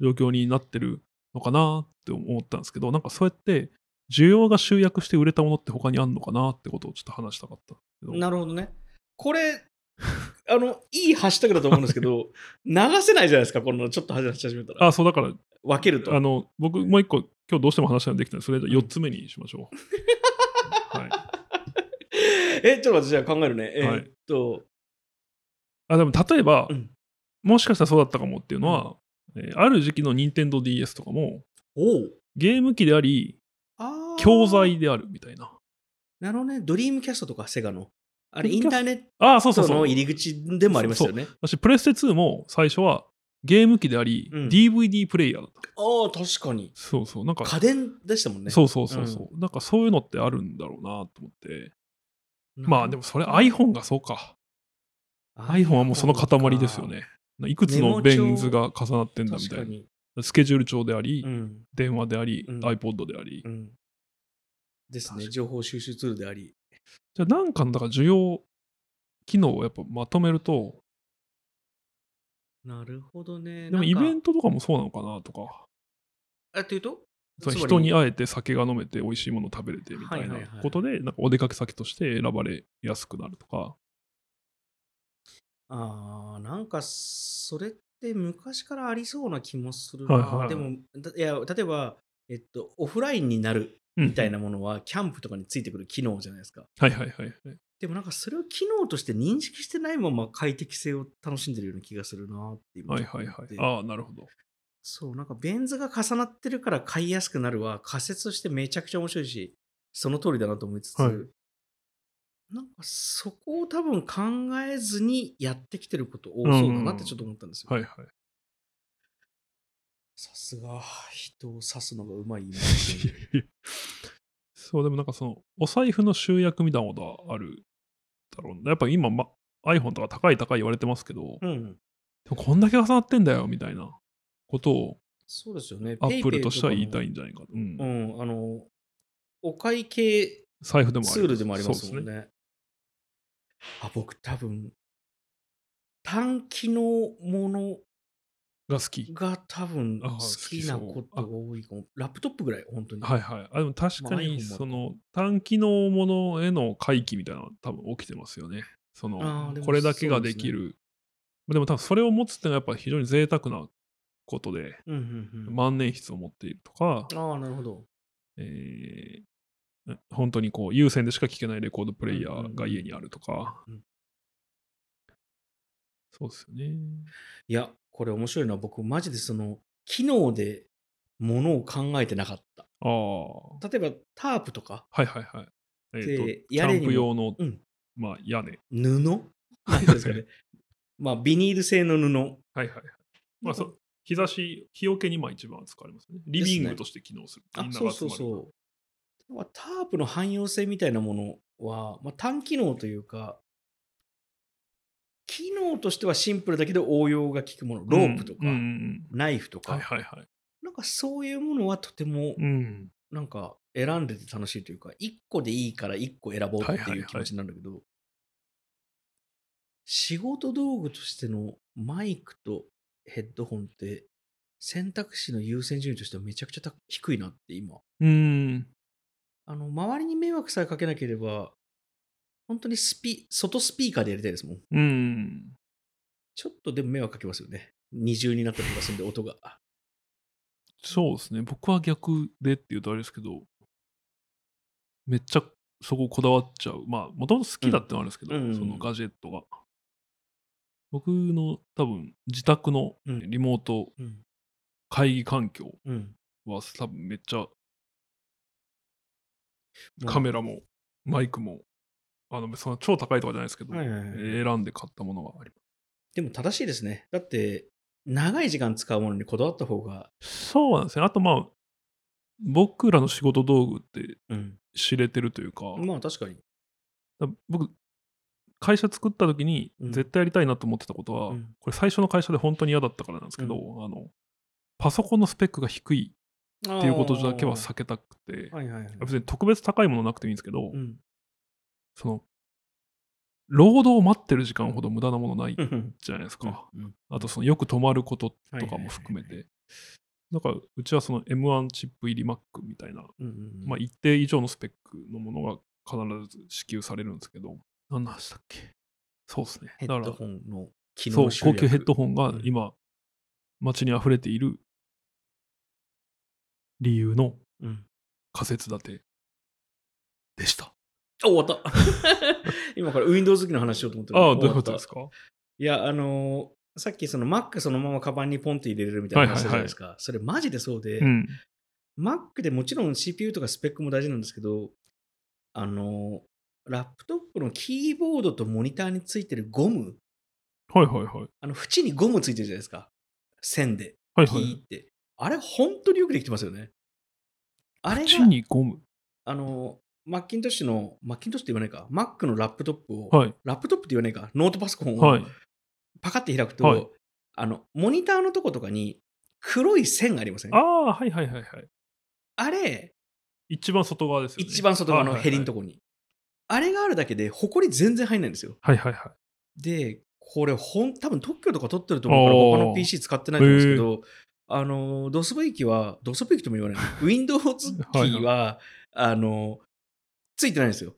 Speaker 2: 状況になってるのかなって思ったんですけど、なんかそうやって、需要が集約して売れたものって他にあんのかなってことをちょっと話したかったんですけど。
Speaker 1: なるほどねこれあのいいハッシュタグだと思うんですけ ど流せないじゃないですかこのちょっと話し始めたら
Speaker 2: あ、そうだから、
Speaker 1: 分けると
Speaker 2: あの、僕もう一個、今日どうしても話したのできたんで、それじゃ4つ目にしまし ょう。はい。
Speaker 1: えちょっと私は考えるねえ
Speaker 2: はい
Speaker 1: ーっと、
Speaker 2: あ、でも例えば、
Speaker 1: うん
Speaker 2: もしかしたらそうだったかもっていうのは、えーある時期の任天堂 d s とかも、
Speaker 1: おう
Speaker 2: ゲーム機であり、
Speaker 1: あー
Speaker 2: 教材であるみたいな。
Speaker 1: なるほどねドリームキャストとかセガのあれ
Speaker 2: ドリ
Speaker 1: イ
Speaker 2: ーム
Speaker 1: ン
Speaker 2: キ
Speaker 1: タ
Speaker 2: ャ
Speaker 1: ーネッ
Speaker 2: ああ、そうそう
Speaker 1: ト
Speaker 2: そう。
Speaker 1: の入り口でもありましたよね
Speaker 2: 私、プレステ2も最初はゲーム機であり、
Speaker 1: うん
Speaker 2: DVD プレイヤーだった。
Speaker 1: ああ確かに
Speaker 2: そうそう。なんか、
Speaker 1: 家電でしたもんね
Speaker 2: そうそうそうそう、なんかそういうのってあるんだろうなと思って。
Speaker 1: なるほど
Speaker 2: まあでもそれ iPhone がそうか。iPhone はもうその塊ですよね。いくつのベン図が重なってんだみ
Speaker 1: 確
Speaker 2: た
Speaker 1: か
Speaker 2: い
Speaker 1: に、
Speaker 2: な。スケジュール帳であり、
Speaker 1: うん
Speaker 2: 電話であり、
Speaker 1: うん
Speaker 2: iPod であり。
Speaker 1: うん、です
Speaker 2: 確か
Speaker 1: ね
Speaker 2: に
Speaker 1: 情報収集ツールであり
Speaker 2: じゃあなんかのだから需要、機能をやっぱまとめると、
Speaker 1: なるほどね
Speaker 2: でもイベン
Speaker 1: ト
Speaker 2: トとかもそうなのかなとか、
Speaker 1: あっていうと
Speaker 2: その
Speaker 1: つまり
Speaker 2: 人に会えて酒が飲めて美味しいもの食べれてみたいな
Speaker 1: はいはいはい
Speaker 2: ことで、なんかお出かけ先として選ばれやすくなるとか。
Speaker 1: あーなんかそれって昔からありそうな気もするな、
Speaker 2: はいはいはい
Speaker 1: でもだいや例えばえっとオフラインになる
Speaker 2: み
Speaker 1: みたいな。ものはキャンプとかについてくる機能じゃないですか
Speaker 2: はいはいはい。
Speaker 1: でもなんかそれを機能として認識してないまま快適性を楽しんでるような気がするなって今
Speaker 2: は
Speaker 1: ち
Speaker 2: い
Speaker 1: ょっと
Speaker 2: はい
Speaker 1: 思っ
Speaker 2: はい
Speaker 1: て。
Speaker 2: ああ、なるほど。
Speaker 1: そう、なんかベン図が重なってるから買いやすくなるは仮説としてめちゃくちゃ面白いし、その通りだなと思いつつ、
Speaker 2: はい
Speaker 1: なんかそこを多分考えずにやってきてること多そうだなってちょっと思ったんですよ。
Speaker 2: はいはい。
Speaker 1: さすが、人を刺すのがうまい今
Speaker 2: そう、でもなんかその、お財布の集約みたいなことはあるだろうな。やっぱ今、ま、iPhone とか高い高い言われてますけど、で
Speaker 1: うん。
Speaker 2: もこんだけ重なってんだよみたいなことを
Speaker 1: そうですよね。
Speaker 2: アップルとしては言いたい
Speaker 1: PayPay
Speaker 2: んじゃないかと。うん
Speaker 1: とかも。うん、あの、お会計
Speaker 2: 財布でもあり
Speaker 1: ツールでもあります
Speaker 2: そう
Speaker 1: も
Speaker 2: で
Speaker 1: んね。あ僕多分短期のもの
Speaker 2: が好き。
Speaker 1: が多分
Speaker 2: あ
Speaker 1: 好きなことが多いかも。ラップトップぐらい、本当に。
Speaker 2: はいはい。あでも確か
Speaker 1: まあ iPhone も
Speaker 2: に、その短期のものへの回帰みたいなのは多分起きてますよね。そ
Speaker 1: あー
Speaker 2: の
Speaker 1: でも
Speaker 2: これだけができ
Speaker 1: そ
Speaker 2: る。でも多分それを持つってのはやっぱ非常に贅沢なことで、
Speaker 1: うんうんうん
Speaker 2: 万年筆を持っているとか、
Speaker 1: ああ、なるほど。
Speaker 2: えー本当にこう有線でしか聴けないレコードプレイヤーが家にあるとか、
Speaker 1: うんうんうん
Speaker 2: そうですよね。
Speaker 1: いや、これ面白いな。僕、マジでその、機能でものを考えてなかっ
Speaker 2: ああ、
Speaker 1: た。例えば、タープとか、
Speaker 2: はいはいはい。えーと
Speaker 1: で
Speaker 2: キャンプ用の、
Speaker 1: うん
Speaker 2: まあ、屋根。
Speaker 1: 布なんていうんです かね。まあ、ビニール製の布。
Speaker 2: はいはいはい。まあ、そ日差し、日よけにまあ一番使われますね。リビングとして機能する。
Speaker 1: あ
Speaker 2: みんな
Speaker 1: そう
Speaker 2: が
Speaker 1: そ
Speaker 2: 集
Speaker 1: う
Speaker 2: まる。
Speaker 1: そう。まあタープの汎用性みたいなものは、まあ、単機能というか、機能としてはシンプルだけど応用が効くもの、ロープとか、
Speaker 2: うんうんうん
Speaker 1: ナイフとか、
Speaker 2: はいはいはい。
Speaker 1: なんかそういうものはとても
Speaker 2: うん。
Speaker 1: なんか選んでて楽しいというか、1個でいいから1個選ぼうって
Speaker 2: はいは
Speaker 1: い
Speaker 2: いは
Speaker 1: う
Speaker 2: い
Speaker 1: 気持ちになるんだけど、仕事道具としてのマイクとヘッドホンって選択肢の優先順位としてはめちゃくちゃ高低いなって今
Speaker 2: うん。
Speaker 1: あの、周りに迷惑さえかけなければ、本当にスピ、外スピーカーでやりたいですもん。
Speaker 2: うん。
Speaker 1: ちょっとでも迷惑かけますよね。二重になったりとかするんで、音が。
Speaker 2: そうですね。僕は逆でっていうとあれですけど、めっちゃそここだわっちゃう。まあ、もともと好きだってのはあるんですけど、
Speaker 1: うんうん
Speaker 2: そのガジェットが。僕の多分自宅の
Speaker 1: うん
Speaker 2: リモート
Speaker 1: うん。
Speaker 2: 会議環境
Speaker 1: うん。
Speaker 2: は多分めっちゃカメラもマイクも、あの、その超高いとかじゃないですけど、
Speaker 1: はいはいはい
Speaker 2: 選んで買ったものがありま
Speaker 1: でも正しいですね。だって、長い時間使うものにこだわった方が、
Speaker 2: す。そうなんですね。あとまあ、僕らの仕事道具って
Speaker 1: うん。
Speaker 2: 知れてるというか、
Speaker 1: まあ確かに。
Speaker 2: だから僕会社作った時に
Speaker 1: うん
Speaker 2: 絶対やりたいなと思ってたことは、
Speaker 1: うん
Speaker 2: これ最初の会社で本当に嫌だったからなんですけど、あのパソコンのスペックが低い
Speaker 1: っ
Speaker 2: っていうことだけは避けたくて、
Speaker 1: はいはいはい。
Speaker 2: 別に特別高いものなくてもいいんですけど、
Speaker 1: うん。
Speaker 2: その労働を待ってる時間ほど無駄なものない
Speaker 1: うん。
Speaker 2: じゃないです
Speaker 1: う
Speaker 2: か、
Speaker 1: ん
Speaker 2: あとそのよく止まることとかも含めて、なんかうちはその M1 チップ入り Mac みたいな
Speaker 1: うん。
Speaker 2: まあ、一定以上のスペックのものが必ず支給されるんですけど、何の話だっけそうですね。
Speaker 1: ヘ
Speaker 2: だか
Speaker 1: ッ
Speaker 2: ら
Speaker 1: ド、ホンの機
Speaker 2: そう
Speaker 1: 能、集
Speaker 2: 高
Speaker 1: 約
Speaker 2: 級ヘッドホンが今、街に溢れている理由の
Speaker 1: うん。
Speaker 2: 仮説立てでした。
Speaker 1: あ、終わった。 今から Windows 好きの話しようと思って
Speaker 2: ああ、どういうこ
Speaker 1: 終
Speaker 2: と
Speaker 1: わっ
Speaker 2: で
Speaker 1: た
Speaker 2: すか
Speaker 1: いや、あのーさっきその Mac そのままカバンにポンと入れれるみたいな話したじゃないですか。それマジでそうで、
Speaker 2: うん。
Speaker 1: Mac でもちろん CPU とかスペックも大事なんですけど、あのーラップトップのキーボードとモニターについてるゴム、
Speaker 2: はいはいはい。
Speaker 1: あの縁にゴムついてるじゃないですか。線で、
Speaker 2: はい
Speaker 1: キ
Speaker 2: は
Speaker 1: ー
Speaker 2: い。
Speaker 1: って。あれ、本当によくできてますよね。あれが、
Speaker 2: 縁にゴム。
Speaker 1: あのーマッキントッシュの、マッキントッシュって言わないか、Mac のラップトップを、
Speaker 2: はい。
Speaker 1: ラップトップって言わないか、ノートパソコンを、
Speaker 2: はい。
Speaker 1: パカって開くと、
Speaker 2: はい
Speaker 1: あのモニターのとことかに黒い線がありません
Speaker 2: あ
Speaker 1: あ
Speaker 2: あ、はいはいはいはい。
Speaker 1: れ
Speaker 2: 一番外側ですよね。
Speaker 1: 一番外側のヘリのと
Speaker 2: こ。
Speaker 1: こに、あれがあるだけでホコリ全然入んないんですよ
Speaker 2: はいはいは
Speaker 1: でこれほん多分特許とか取ってると思うから
Speaker 2: あー
Speaker 1: 他の PC 使ってないと思うんですけどあのドスブイ機はドスブイ機とも言わない Windows 機は
Speaker 2: はい
Speaker 1: あのついてないんですよ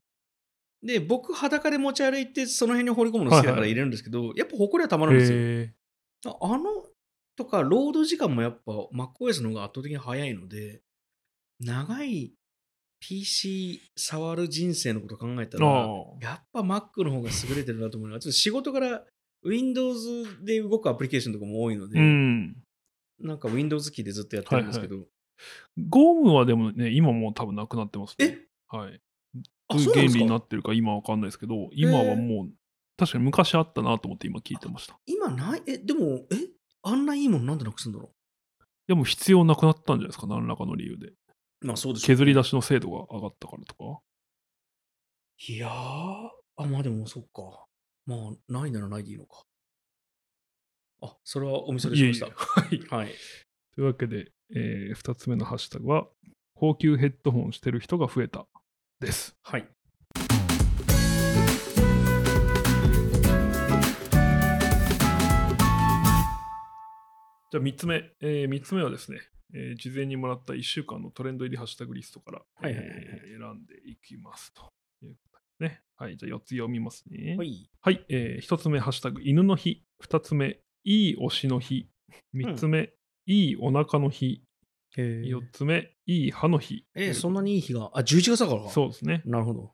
Speaker 1: で僕裸で持ち歩いてその辺に放り込むの好きだか
Speaker 2: はい
Speaker 1: ら
Speaker 2: はい
Speaker 1: 入れるんですけど、やっぱホコリはたま
Speaker 2: い
Speaker 1: ら
Speaker 2: はい。
Speaker 1: んですよ
Speaker 2: へえ。
Speaker 1: ああのとか、ロード時間もやっぱ MacOS の方が圧倒的に早いので、長い PC 触る人生のことを考えた
Speaker 2: あ
Speaker 1: ら、
Speaker 2: あ。
Speaker 1: やっぱ Mac の方が優れてるなと思うのは、ちょっと仕事から Windows で動くアプリケーションとかも多いので、
Speaker 2: うん。
Speaker 1: なんか Windows キーでずっとやってるんですけど、
Speaker 2: ゴムはでもね、今もう多分なくなってます、ね。はい。どういう
Speaker 1: あそうな
Speaker 2: 原
Speaker 1: んです
Speaker 2: 理
Speaker 1: か
Speaker 2: になってるか今わかんないですけど、今はもう、確かに昔あったなと思って今聞いてました。い
Speaker 1: 今ない、え、でも、え、あんないいものなんでなくすんだろ
Speaker 2: やもう必要なくなったんじゃないですか、何らかの理由で。
Speaker 1: うまあそうです
Speaker 2: 削り出しの精度が上がったからとか。
Speaker 1: いやー、あ、まあでもそっか。まあ、ないならないでいいのか。あ、それはお見それしました。
Speaker 2: いえい え
Speaker 1: はい。
Speaker 2: というわけで、え2つ目のハッシュタグは、高級ヘッドホンしてる人が増えたです。
Speaker 1: はい。
Speaker 2: じゃあ3つ目、え3つ目はですね、えー事前にもらった1週間のトレンド入りハッシュタグリストから、
Speaker 1: はいはいはいはい
Speaker 2: えー選んでいきますということですね。はい、じゃあ4つ読みますね。
Speaker 1: はい。
Speaker 2: はい、え1つ目、ハッシュタグ、犬の日。2つ目、いい推しの日。3つ目、いいお腹の日。
Speaker 1: へえ
Speaker 2: 4つ目、いい歯の日。
Speaker 1: えーそんなにいい日が、あ、11月だからか。
Speaker 2: そうですね。
Speaker 1: なるほど。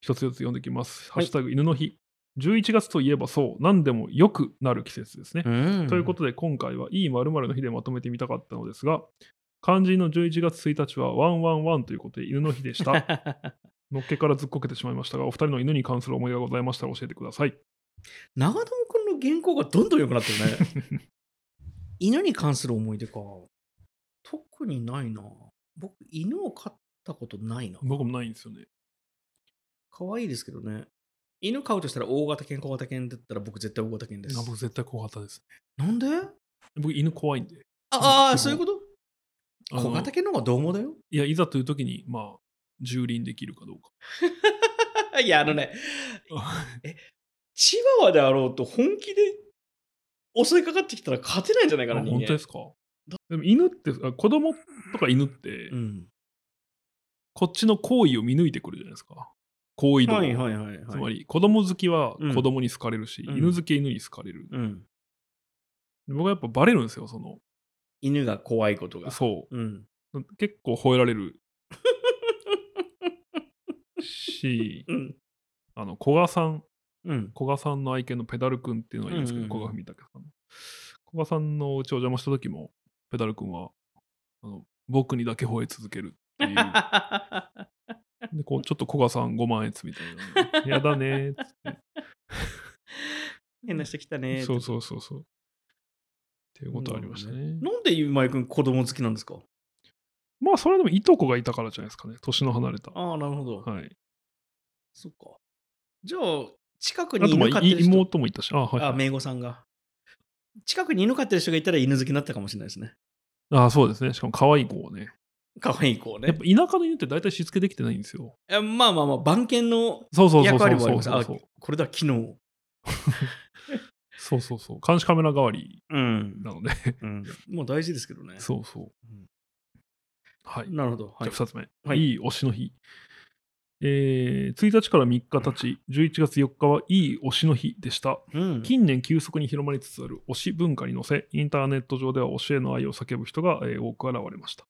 Speaker 2: 一つ一つ読んでいきます。ハ
Speaker 1: はい
Speaker 2: ッシュタグ犬の日。11月といえばそう、何でも良くなる季節ですね。
Speaker 1: うん
Speaker 2: ということで、今回はいい〇〇の日でまとめてみたかったのですが、肝心の11月1日は111ということで犬の日 でした。のっけからずっこけてしまいましたが、お二人の犬に関する思いがございましたら教えてください。
Speaker 1: 長友君の原稿がどんどん良くなってるね。 犬に関する思い出か。特にないな。僕、犬を飼ったことないな。
Speaker 2: 僕もないんですよね。
Speaker 1: 可愛いですけどね。犬飼うとしたら大型犬、小型犬だったら僕絶対大型犬です。
Speaker 2: 僕絶対小型です。
Speaker 1: なんであ
Speaker 2: 僕犬怖いんで。
Speaker 1: あ
Speaker 2: う
Speaker 1: ー、
Speaker 2: ん
Speaker 1: そういうこと
Speaker 2: あの
Speaker 1: 小型犬の方がどうもだよ。
Speaker 2: いや、いざという時に、まあ、蹂躙できるかどうか。
Speaker 1: いや、あの ね、千葉ワであろうと本気で襲いかかってきたら勝てないんじゃないかな、
Speaker 2: あ
Speaker 1: 人間。
Speaker 2: 本当ですかでも犬ってあ子供とか犬って、
Speaker 1: うん。
Speaker 2: こっちの行為を見抜いてくるじゃないですか行為度を、
Speaker 1: はいはいはい、はい。
Speaker 2: つまり子供好きは
Speaker 1: うん
Speaker 2: 子供に好かれるし、
Speaker 1: うん
Speaker 2: 犬好きは犬に好かれる、
Speaker 1: うん、
Speaker 2: で僕はやっぱバレるんですよその
Speaker 1: 犬が怖いことが。
Speaker 2: そ
Speaker 1: うん。
Speaker 2: う結構吠えら れるし
Speaker 1: うん。
Speaker 2: あの古賀さん
Speaker 1: うん。
Speaker 2: 古賀さんの愛犬のペダルくんっていうのがいるんですけど、
Speaker 1: うんうん
Speaker 2: 古賀文武さんの古賀さんのお家お邪魔した時もペダルくんはあの僕にだけ吠え続ける っていうでこうちょっと古賀さん5万円つみたい なやだねーっつって
Speaker 1: 変な人来たね。
Speaker 2: そうそうそうそう。っていうことありましたね。
Speaker 1: なんで今井君子供好きなんですか
Speaker 2: まあ、それでもいとこがいたからじゃないですかね。年の離れた。は
Speaker 1: ああ、なるほど。
Speaker 2: い。
Speaker 1: そっか。じゃあ、近く
Speaker 2: あ
Speaker 1: に
Speaker 2: と、
Speaker 1: 犬
Speaker 2: ま
Speaker 1: 飼
Speaker 2: あ、
Speaker 1: って
Speaker 2: い
Speaker 1: る人、
Speaker 2: 妹もいたし。あ、はい。
Speaker 1: あ、名護さんが。近くに犬飼ってる人がいたら犬好きになったかもしれないですね。
Speaker 2: あそうですね。しかも、可愛い子をね。
Speaker 1: 可愛い子をね
Speaker 2: やっ。ぱ、田舎の犬って大体しつけできてないんですよ。
Speaker 1: えまあまあまあ、番犬の
Speaker 2: そうそうそう
Speaker 1: 役
Speaker 2: そ
Speaker 1: 割
Speaker 2: う
Speaker 1: もあり
Speaker 2: そ
Speaker 1: ま
Speaker 2: う
Speaker 1: す。
Speaker 2: そう
Speaker 1: あ
Speaker 2: そう。、
Speaker 1: これだ、機能。
Speaker 2: そうそうそう。監視カメラ代わり
Speaker 1: うん。
Speaker 2: なので。
Speaker 1: うん、もう大事ですけどね。
Speaker 2: そうそう
Speaker 1: うん。
Speaker 2: はい。
Speaker 1: なるほど。は
Speaker 2: じ
Speaker 1: い
Speaker 2: ゃあ、。2つ目。、
Speaker 1: はいい
Speaker 2: い推しの日。えー、1日から3日経ち、11月4日はいい推しの日でした。
Speaker 1: うん
Speaker 2: 近年急速に広まりつつある推し文化に乗せ、インターネット上では推しへの愛を叫ぶ人が、えー多く現れました。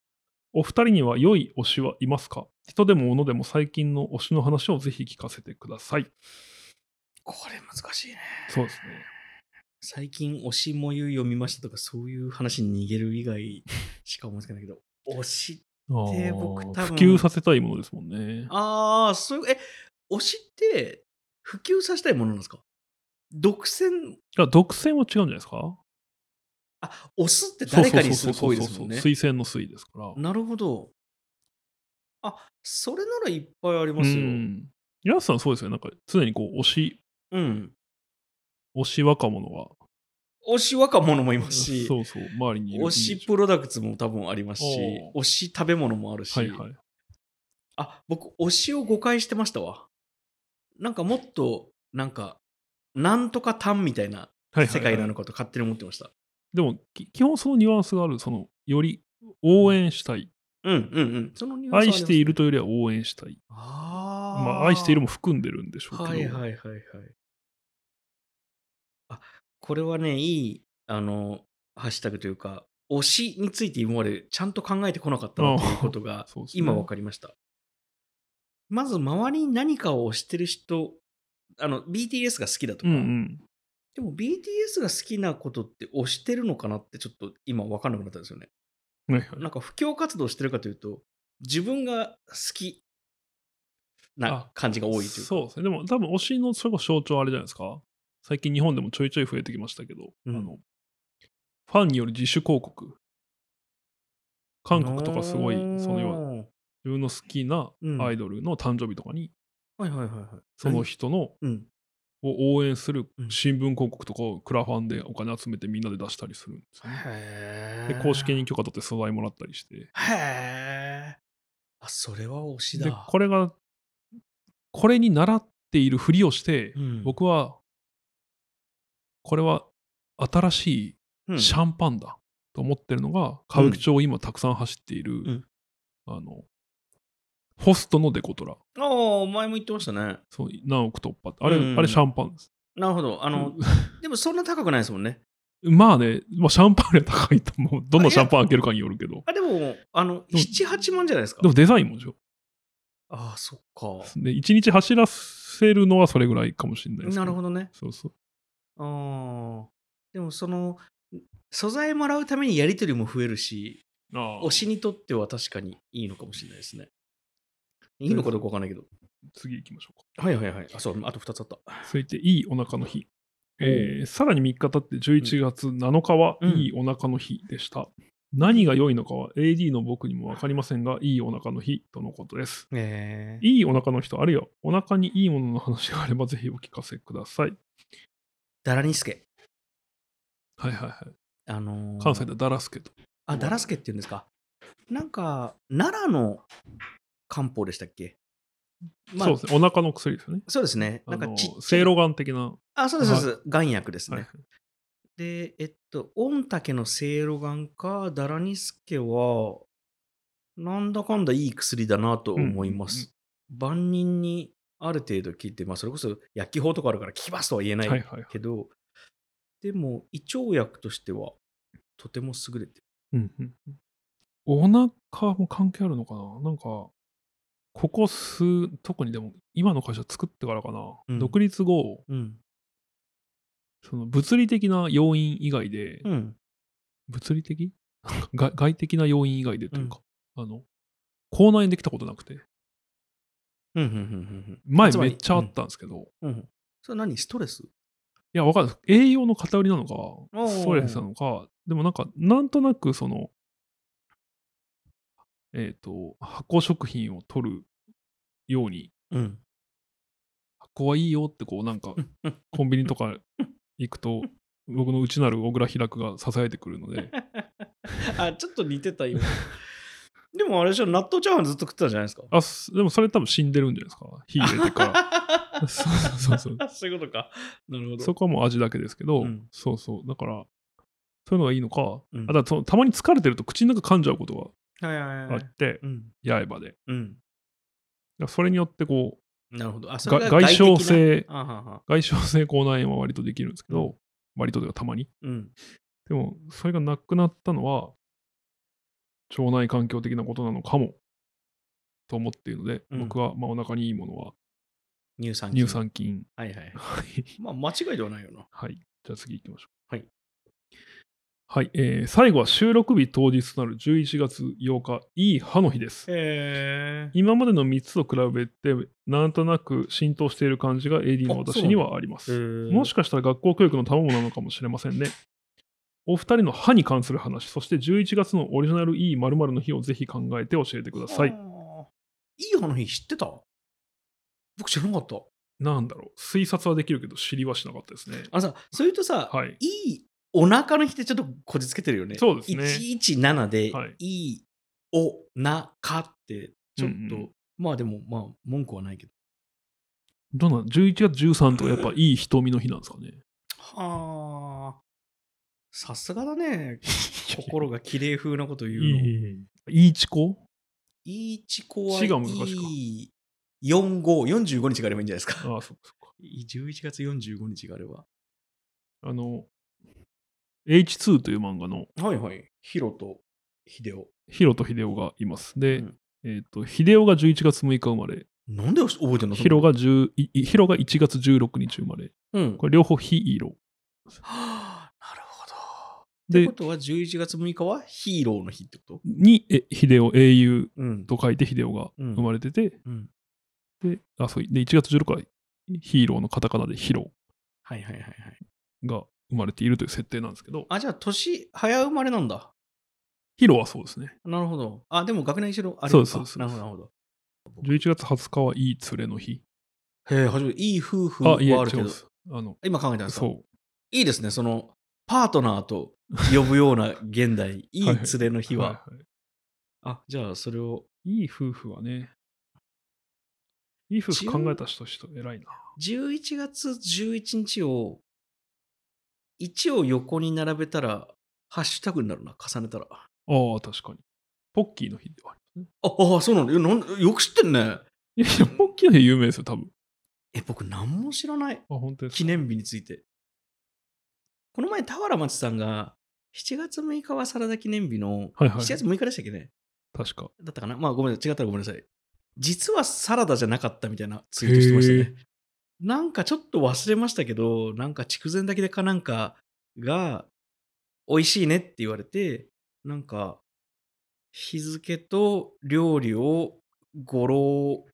Speaker 2: お二人には良い推しはいますか人でも物でも最近の推しの話をぜひ聞かせてください。
Speaker 1: これ難しいね。
Speaker 2: そうですね。
Speaker 1: 最近、推しもゆ読みましたとか、そういう話に逃げる以外しか思いつか ないけど、推し。
Speaker 2: あ
Speaker 1: で僕多
Speaker 2: ー
Speaker 1: 分
Speaker 2: 普及させたいものですもんね。
Speaker 1: ああ、そういう、え、推しって普及させたいものなんですか独占、
Speaker 2: あ独占は違うんじゃないですか
Speaker 1: あ、推すって誰かにする行為で
Speaker 2: そう
Speaker 1: す
Speaker 2: そ
Speaker 1: も
Speaker 2: うん
Speaker 1: ね。
Speaker 2: 推薦の推ですから。
Speaker 1: なるほど。あ、それならいっぱいありますよ。
Speaker 2: う
Speaker 1: うん。
Speaker 2: ん。ヤスさんそうですよね。なんか常にこう推し、推し若者が。
Speaker 1: 推し若者もいますし、
Speaker 2: そうそう、周りにいる。
Speaker 1: 推しプロダクツも多分ありますし、
Speaker 2: お
Speaker 1: 推し食べ物もあるし、
Speaker 2: はいはい。
Speaker 1: あ、僕、推しを誤解してましたわ。なんかもっと、なんか、なんとかタンみたいな
Speaker 2: はいはいはい
Speaker 1: 世界なのかと勝手に思ってました。
Speaker 2: でも、き基本そのニュアンスがある、その、より応援したい。
Speaker 1: うんうんうん。そのニュアンスはあり
Speaker 2: 愛
Speaker 1: ます
Speaker 2: しているというよりは応援したい。
Speaker 1: ああ。
Speaker 2: まあ、愛しているも含んでるんでしょうけど。
Speaker 1: はいはいはいはい。あ、これはね、いい、あの、ハッシュタグというか、推しについて今までちゃんと考えてこなかったなということが
Speaker 2: そうですね
Speaker 1: 今分かりました。まず周りに何かを推してる人、あの、BTS が好きだと
Speaker 2: う
Speaker 1: か、
Speaker 2: んうん。
Speaker 1: でも BTS が好きなことって推してるのかなってちょっと今分かんなくなったんですよね。
Speaker 2: はいはい
Speaker 1: なんか布教活動してるかというと、自分が好きな感じが多いというか。
Speaker 2: そうですね。でも、多分推しのそれこそ象徴あれじゃないですか。最近日本でもちょいちょい増えてきましたけど、
Speaker 1: うん
Speaker 2: あの、ファンによる自主広告。韓国とかすごい、そのような、
Speaker 1: よ
Speaker 2: 自分の好きな
Speaker 1: うん
Speaker 2: アイドルの誕生日とかに、
Speaker 1: うな。はいはいはいはい。
Speaker 2: その人の、
Speaker 1: うん。
Speaker 2: を応援する
Speaker 1: うん
Speaker 2: 新聞広告とかをクラファンでお金集めてみんなで出したりするんですよね。
Speaker 1: へ
Speaker 2: で公式に。許可取って素材もらったりして
Speaker 1: へえ。あ、それは推し
Speaker 2: で
Speaker 1: だ。
Speaker 2: これがこれに習っているふりをして、
Speaker 1: うん
Speaker 2: 僕はこれは新し
Speaker 1: うん
Speaker 2: いシャンパンだと思ってるのが、歌舞伎町を今たくさん走っている、
Speaker 1: ん
Speaker 2: あのホストのデコトラ
Speaker 1: ああ、前も言ってましたね。
Speaker 2: そう何億突破ってあれ、
Speaker 1: うん
Speaker 2: あれシャンパンです
Speaker 1: なるほど。あの、でもそんな高くないですもんね。
Speaker 2: まあね、まあ、シャンパンよりは高いと 思う。どのシャンパン開けるかによるけど。
Speaker 1: あ、でも、あの、
Speaker 2: でも
Speaker 1: 7、8万じゃないですか
Speaker 2: で。もデザインもでしょ。
Speaker 1: ああ、そっか。
Speaker 2: で、1日走らせるのはそれぐらいかもしれないです、
Speaker 1: なるほ
Speaker 2: ど。
Speaker 1: どね。
Speaker 2: そうそう。
Speaker 1: あーでも、その、素材もらうためにやり取りも増えるし、
Speaker 2: ああ
Speaker 1: 推しにとっては確かにいいのかもしれないですね。いいのかどうかわかんないけど。
Speaker 2: 次行きましょう
Speaker 1: はいはいはい。あ、そう、あと2つあった。
Speaker 2: か。続いて、いいお腹の日。えーさらに3日経って11月7日は、
Speaker 1: うん
Speaker 2: いいお腹の日でした。何が良いのかは AD の僕にも分かりませんが、いいお腹の日とのことです。
Speaker 1: えー、
Speaker 2: いいお腹の人、あるいはお腹にいいものの話があればぜひお聞かせください。
Speaker 1: ダラニスケ。
Speaker 2: はいはいはい。
Speaker 1: あのー
Speaker 2: 関西ではダラスケと。
Speaker 1: あ、ダラスケって言うんですか。なんか、奈良の漢方でしたっけまあ、
Speaker 2: そうですね。お腹の薬ですよね。
Speaker 1: そうですね。
Speaker 2: あ
Speaker 1: なんか
Speaker 2: の
Speaker 1: ちっちゃ
Speaker 2: せい
Speaker 1: い。
Speaker 2: ろがん的な。
Speaker 1: あ、そうです、そうです。岩薬ですね。
Speaker 2: はい
Speaker 1: で、えっと、御嶽のせいろがんか、ダラニスケは、なんだかんだいい薬だなと思います。万人にある程度聞いて、まあ、それこそ薬機法とかあるから効きますとは言えな
Speaker 2: はいはいいはい。
Speaker 1: けど、でも、胃腸薬としては、とても優れてる。
Speaker 2: うんうんうんお腹も関係あるのかななんか、ここ数、特にでも、今の会社作ってからかな、
Speaker 1: うん
Speaker 2: 独立後、
Speaker 1: うん。
Speaker 2: その物理的な要因以外で、
Speaker 1: うん。
Speaker 2: 物理的外外的な要因以外でというか、あの、口内炎できたことなくて、
Speaker 1: うん。うん。うんうん。
Speaker 2: 前
Speaker 1: つま
Speaker 2: め
Speaker 1: り
Speaker 2: っちゃあったんですけど、い
Speaker 1: うん。うんそれ何ストレス
Speaker 2: や、わかんないです。栄養の偏りなのか
Speaker 1: お、ー
Speaker 2: ストレスなのか、でもなんか、なんとなく、その、えっ、と、発酵食品を取るように
Speaker 1: うん。
Speaker 2: 発酵はいいよってこうなんか
Speaker 1: うん
Speaker 2: コンビニとか行くと僕の内なる小倉開くが支えてくるので
Speaker 1: あ、ちょっと似てた、今。 でもあれでしょ、納豆チャーハンずっと食ってたじゃないですか。
Speaker 2: あすでもそれ多分死んでるんじゃないですか火入れてか らそうそうそう
Speaker 1: あそういうことか。なるほど。
Speaker 2: そこはもう味だけですけど、
Speaker 1: うん
Speaker 2: そうそうだからそういうのがいいのか,、
Speaker 1: うん
Speaker 2: あだからそのたまに疲れてると口の中噛んじゃうこと
Speaker 1: はいはい
Speaker 2: があ
Speaker 1: は
Speaker 2: っ
Speaker 1: い。
Speaker 2: て、
Speaker 1: うん。
Speaker 2: 刃でだか
Speaker 1: うん。
Speaker 2: らそれによってこう
Speaker 1: なるほど。あ、それ
Speaker 2: が
Speaker 1: が
Speaker 2: 外
Speaker 1: 的な
Speaker 2: 傷。性
Speaker 1: あはは。
Speaker 2: 外傷性口内炎は割とできるんですけど、割とではたまに
Speaker 1: うん。
Speaker 2: でもそれがなくなったのは腸内環境的なことなのかもと思っているので、
Speaker 1: うん
Speaker 2: 僕はまあお腹にいいものは
Speaker 1: 乳酸菌。
Speaker 2: 乳酸菌。
Speaker 1: はい はい。
Speaker 2: はい
Speaker 1: まあ、間違いではないよな。
Speaker 2: はい。じゃあ次行きましょう。
Speaker 1: はい。
Speaker 2: はい、えー最後は収録日当日となる11月8日、いい歯の日です。
Speaker 1: へえ。
Speaker 2: 今までの3つと比べて、なんとなく浸透している感じが AD の
Speaker 1: あそう
Speaker 2: 私
Speaker 1: なんだ
Speaker 2: にはあります。も
Speaker 1: も
Speaker 2: しかしたら学校教育の賜物なのかもしれませんね。お二人の歯に関する話、そして11月のオリジナル E 〇〇の日をぜひ考えて教えてください。。
Speaker 1: いい話知ってた僕知らなかった。
Speaker 2: なんだろう、推察はできるけど、知りはしなかったですね。
Speaker 1: あのさ、それとさ、
Speaker 2: はい。
Speaker 1: いいお腹の日ってちょっとこじつけてるよね。
Speaker 2: そうですね
Speaker 1: 117で、
Speaker 2: はい
Speaker 1: い、いお腹ってちょっと、
Speaker 2: うんうん
Speaker 1: まあでもまあ文句はないけど。
Speaker 2: どうなん ?11 月13とかやっぱいい瞳の日なんですかね。
Speaker 1: はあ。さすがだね。 心が綺麗風なこと言う
Speaker 2: い
Speaker 1: の。
Speaker 2: い。いいチコ
Speaker 1: いいちこは
Speaker 2: 死
Speaker 1: い
Speaker 2: が難しか
Speaker 1: い45、45日があればいいんじゃないですか。
Speaker 2: ああ、そっかそっか。
Speaker 1: いい11月45日があれば。
Speaker 2: あの、H2 という漫画の
Speaker 1: はいはい。ヒロとヒデオ。
Speaker 2: ヒロとヒデオがいます。で、
Speaker 1: うん
Speaker 2: えっ、と、ヒデオが11月6日生まれ、
Speaker 1: なんで覚えてんの
Speaker 2: ヒロ。が10いヒロが1月16日生まれ。
Speaker 1: そのうん。
Speaker 2: これ両方ヒーロー。
Speaker 1: はあ、なるほど。って
Speaker 2: で
Speaker 1: こ、とは11月6日はヒーローの日ってこと
Speaker 2: に、え、秀夫、英雄
Speaker 1: うん。
Speaker 2: と書いて秀夫が
Speaker 1: うん
Speaker 2: 生まれてて、
Speaker 1: うん。
Speaker 2: で、あ、そう、で、1月16日はヒーローのカタカナでヒロ
Speaker 1: はいはいはいはい。
Speaker 2: が生まれているという設定なんですけど、
Speaker 1: あ、じゃあ年早生まれなんだ。
Speaker 2: ヒロはそうですね。
Speaker 1: なるほど。あ、でも学年一緒のあれ
Speaker 2: そうです
Speaker 1: か
Speaker 2: そうです
Speaker 1: なるほどなるほど。
Speaker 2: 11月20日はいい連れの日。
Speaker 1: へえ、初めていい夫婦は
Speaker 2: あ、いえ、違
Speaker 1: あるけ
Speaker 2: い
Speaker 1: ど
Speaker 2: ま、す。あの、
Speaker 1: 今考えたんですか
Speaker 2: そう。
Speaker 1: いいですね、その、パートナーと呼ぶような 現代、いい連れの日は。
Speaker 2: いい
Speaker 1: あ、じゃあそれを、
Speaker 2: いい夫婦はね、いい夫婦考えた人、人偉いな。
Speaker 1: 11月11日を、1を横に並べたら、ハッシュタグになるな、重ねたら。あ
Speaker 2: ああ、確かに。ポッキーの日ではありますね。
Speaker 1: あ、そうなんだよなん。よく知ってんね。
Speaker 2: いやいや、ポッキーの日有名ですよ、多分。
Speaker 1: え、僕何も知らない。
Speaker 2: あ、本当ですか
Speaker 1: 記念日について。この前、田原町さんが、7月6日はサラダ記念日の、
Speaker 2: はいはい
Speaker 1: 7月6日でしたっけね
Speaker 2: 確か。
Speaker 1: だったかなまあごめんなさい、違ったらごめんなさい。実はサラダじゃなかったみたいなツイートしてましたね。なんかちょっと忘れましたけど、なんか筑前炊きでかなんかが、美味しいねって言われて、なんか、日付と料理を語呂、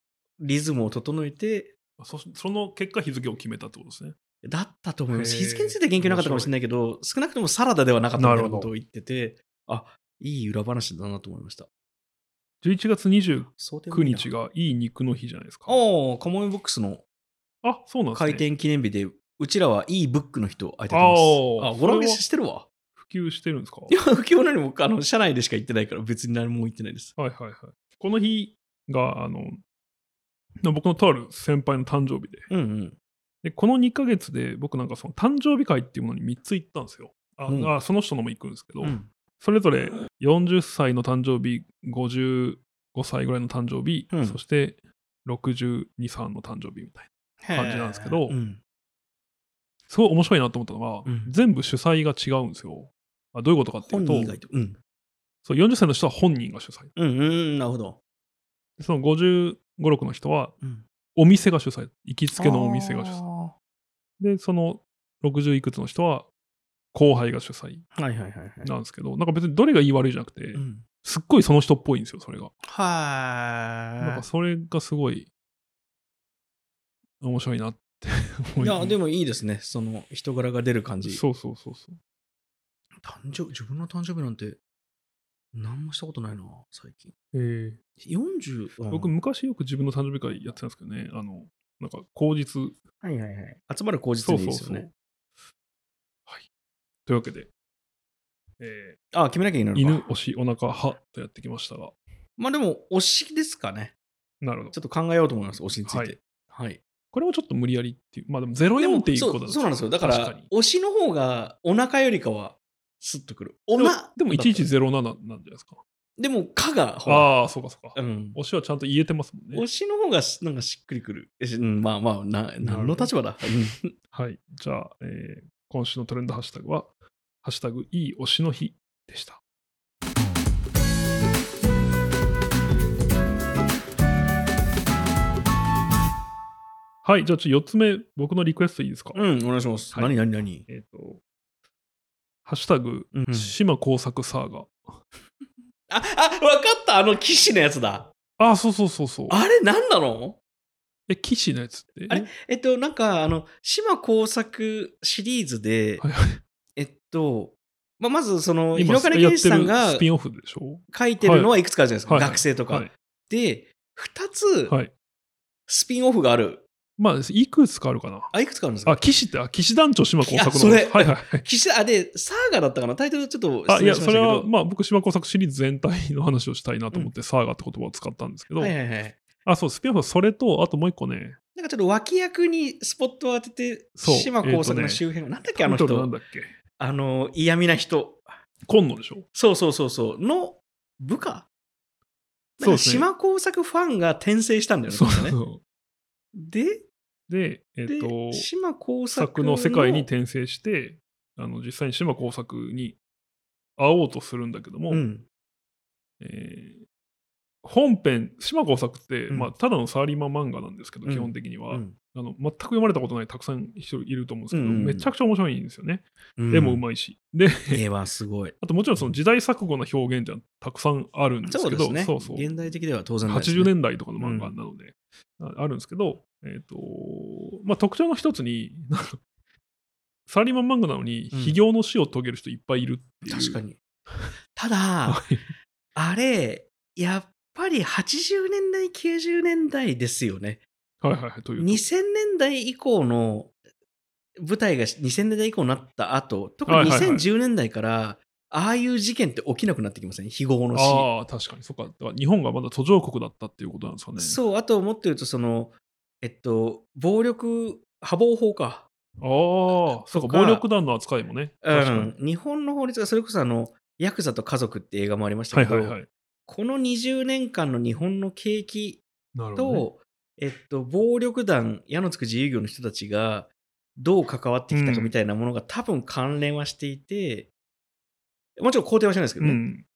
Speaker 1: リズムを整えて、
Speaker 2: そその結果、日付を決めたってことですね。
Speaker 1: だったと思います。
Speaker 2: へー
Speaker 1: 日付について言及なかったかもしれないけど、少なくともサラダではなかったみたいなことを言ってて、あ、いい裏話だなと思いました。
Speaker 2: 11月29
Speaker 1: 想定
Speaker 2: 日がいい肉の日じゃないですか。
Speaker 1: ああ、カモメボックスの
Speaker 2: あ、そうなんですね。
Speaker 1: 開店記念日で、うちらはいいブックの人空いて
Speaker 2: あ
Speaker 1: ま
Speaker 2: あ
Speaker 1: す。あ、ご覧
Speaker 2: そ
Speaker 1: 見
Speaker 2: れは
Speaker 1: ししてるわ。
Speaker 2: 普及してるんですか
Speaker 1: いや、今日なにもあの社内でしか行ってないから、別に何も行ってないです。
Speaker 2: はいはいはい。この日が、あの、僕のとある先輩の誕生日で、
Speaker 1: うんうん。
Speaker 2: でこの2ヶ月で僕なんかその誕生日会っていうものに3つ行ったんですよ。あ、
Speaker 1: うん
Speaker 2: あその人のも行くんですけど、
Speaker 1: うん
Speaker 2: それぞれ40歳の誕生日、55歳ぐらいの誕生日、
Speaker 1: うん
Speaker 2: そして62、3の誕生日みたいな。感じなんですけ
Speaker 1: へ
Speaker 2: ど
Speaker 1: ーうん
Speaker 2: すごい面白いなと思ったのは、
Speaker 1: うん
Speaker 2: 全部主催が違うんですよ。あどういうことかってい
Speaker 1: 本
Speaker 2: うと
Speaker 1: 人以外と。うん。
Speaker 2: そう、40歳の人は本人が主催。
Speaker 1: うんうん、なるほど。
Speaker 2: でその55、6の人は
Speaker 1: うん
Speaker 2: お店が主催。行きつけのお店が主催。で、その60いくつの人は後輩が主催
Speaker 1: あーはいはいはいはい。
Speaker 2: なんですけど、なんか別にどれが言い悪いじゃなくて、
Speaker 1: うん
Speaker 2: すっごいその人っぽいんですよ、それが。なん
Speaker 1: は
Speaker 2: かそれがすごい面白いなって
Speaker 1: い。
Speaker 2: 思
Speaker 1: い
Speaker 2: い
Speaker 1: や、でもいいですね。その人柄が出る感じ。
Speaker 2: そうそうそうそう。
Speaker 1: 誕生自分の誕生日なんて、何もしたことないな、最近。
Speaker 2: え
Speaker 1: 40、うん
Speaker 2: 僕、昔よく自分の誕生日会やってたんですけどね、あの、なんか口実。
Speaker 1: はいはいはい。集まる口実でいいですよね。
Speaker 2: そうそうそうはい。というわけで、え
Speaker 1: あ、決めなきゃいけない
Speaker 2: ー
Speaker 1: のか。
Speaker 2: 犬、推し、お腹、歯とやってきましたが、
Speaker 1: まあでも、推しですかね。
Speaker 2: なるほ
Speaker 1: ちょ
Speaker 2: ど。
Speaker 1: っと考えようと思います、推しについて。はい。
Speaker 2: これもちょっと無理やりっていう、まあでも04っていう
Speaker 1: そ
Speaker 2: こと
Speaker 1: うそうなんですよ。だから、
Speaker 2: 確に
Speaker 1: 推しの方がお腹よりかは、スッとくる。お
Speaker 2: でも
Speaker 1: な、
Speaker 2: でも1107なんじゃないですか。
Speaker 1: でも、かが、ほら。
Speaker 2: ああ、そうかそうか。
Speaker 1: うん。
Speaker 2: 推しはちゃんと言えてますもんね
Speaker 1: 推。しの方がし、なんかしっくりくる。えしうんまあまあ、な、何の立場だ。うん
Speaker 2: はい。じゃあ、えー今週のトレンドハッシュタグは、ハッシュタグいい推しの日でした。はい。じゃあ、ちょっと4つ目、僕のリクエストいいですか。
Speaker 1: うん、お願いします。
Speaker 2: はい
Speaker 1: 何何何
Speaker 2: えっ、と、ハッシュタグ、
Speaker 1: うん
Speaker 2: 島工作サーガ。
Speaker 1: あ、あ、わかったあの騎士のやつだ。
Speaker 2: ああ、そうそうそうそう。
Speaker 1: あれ何なの
Speaker 2: え、騎士のやつって。
Speaker 1: あれえっと、なんか、あの、島工作シリーズで、
Speaker 2: はいはい
Speaker 1: えっと、まあ、まずその、
Speaker 2: 今
Speaker 1: 広金健志さん
Speaker 2: やって
Speaker 1: が
Speaker 2: るスピンオフでしょ
Speaker 1: 書いてるのはいくつかあるじゃないですか。
Speaker 2: はい
Speaker 1: 学生とか。
Speaker 2: はい
Speaker 1: で、2つ
Speaker 2: はい。
Speaker 1: スピンオフがある。
Speaker 2: まあ、いくつかあるかな。
Speaker 1: あ、いくつかあるんです
Speaker 2: あ、
Speaker 1: か
Speaker 2: 騎士って、あ、騎士団長島工作
Speaker 1: い
Speaker 2: の
Speaker 1: やそれ
Speaker 2: はいはいはい。
Speaker 1: 岸田、あ、で、サーガだったかなタイトルちょっと
Speaker 2: あ、
Speaker 1: 失
Speaker 2: い
Speaker 1: 礼
Speaker 2: や、
Speaker 1: しまし
Speaker 2: そ
Speaker 1: たけ
Speaker 2: れ
Speaker 1: ど。
Speaker 2: は、まあ、僕、島工作シリーズ全体の話をしたいなと思って、サーガって言葉を使ったんですけど、
Speaker 1: はいはいはい。
Speaker 2: あ、そう、スピンオフはそれと、あともう一個ね、
Speaker 1: なんかちょっと脇役にスポットを当てて、
Speaker 2: そう
Speaker 1: 島工作の周辺、なんだっけ、あの
Speaker 2: タイトルなん
Speaker 1: 人。
Speaker 2: だっけ、
Speaker 1: あの、嫌味な人。
Speaker 2: 今野でしょ。
Speaker 1: そうそうそうそう。の部下。
Speaker 2: そうですね
Speaker 1: 島工作ファンが転生したんだよね。
Speaker 2: そう
Speaker 1: こ れね
Speaker 2: そ
Speaker 1: で、
Speaker 2: う。で、えっ、
Speaker 1: で
Speaker 2: と、
Speaker 1: 島工作
Speaker 2: 作の世界に転生して、あの実際に島工作に会おうとするんだけども、
Speaker 1: うん。
Speaker 2: えー本編、島工作って、
Speaker 1: うん
Speaker 2: まあ、ただのサラリーマン漫画なんですけど、
Speaker 1: うん
Speaker 2: 基本的には、
Speaker 1: うん
Speaker 2: あの、全く読まれたことないたくさん人いると思うんですけど、
Speaker 1: うんうんうん
Speaker 2: めちゃくちゃ面白いんですよね。
Speaker 1: うん
Speaker 2: 絵もうまいし。で、
Speaker 1: 絵はすごい。
Speaker 2: あともちろんその時代錯誤な表現じゃたくさんあるんです
Speaker 1: そう
Speaker 2: け
Speaker 1: で
Speaker 2: ど、
Speaker 1: すね。
Speaker 2: そうそう
Speaker 1: 現代的では当然ないですね
Speaker 2: 80年代とかの漫画なので、ああるんですけど、えっ、と、まあ特徴の一つに、 なんかサラリーマン漫画なのに、
Speaker 1: うん
Speaker 2: 非業の死を遂げる人いっぱいいるっていう。
Speaker 1: 確かに。ただ、
Speaker 2: はい。
Speaker 1: あれ、やっぱり80年代、90年代ですよね。
Speaker 2: はいはいはい。というと
Speaker 1: 2000年代以降の舞台が2000年代以降になった後、特に
Speaker 2: はいはいはい
Speaker 1: 2010年代から、ああいう事件って起きなくなってきません非合の死。
Speaker 2: ああ、確かに。そっか。だから日本がまだ途上国だったっていうことなんですかね。
Speaker 1: そう、あと思ってると、その、えっと、暴力、破防法か。
Speaker 2: ああ、そうか。
Speaker 1: とか
Speaker 2: 暴力団の扱いもね。
Speaker 1: う
Speaker 2: 確かに
Speaker 1: ん。日本の法律が、それこそあの、ヤクザと家族って映画もありました
Speaker 2: は
Speaker 1: け
Speaker 2: い
Speaker 1: ど、
Speaker 2: はいはい。
Speaker 1: この20年間の日本の景気
Speaker 2: なるほどね、
Speaker 1: と、えっと、暴力団、矢のつく自由業の人たちが、どう関わってきたか
Speaker 2: うん
Speaker 1: みたいなものが多分関連はしていて、もちろん肯定はしないですけど
Speaker 2: う
Speaker 1: ね、
Speaker 2: ん。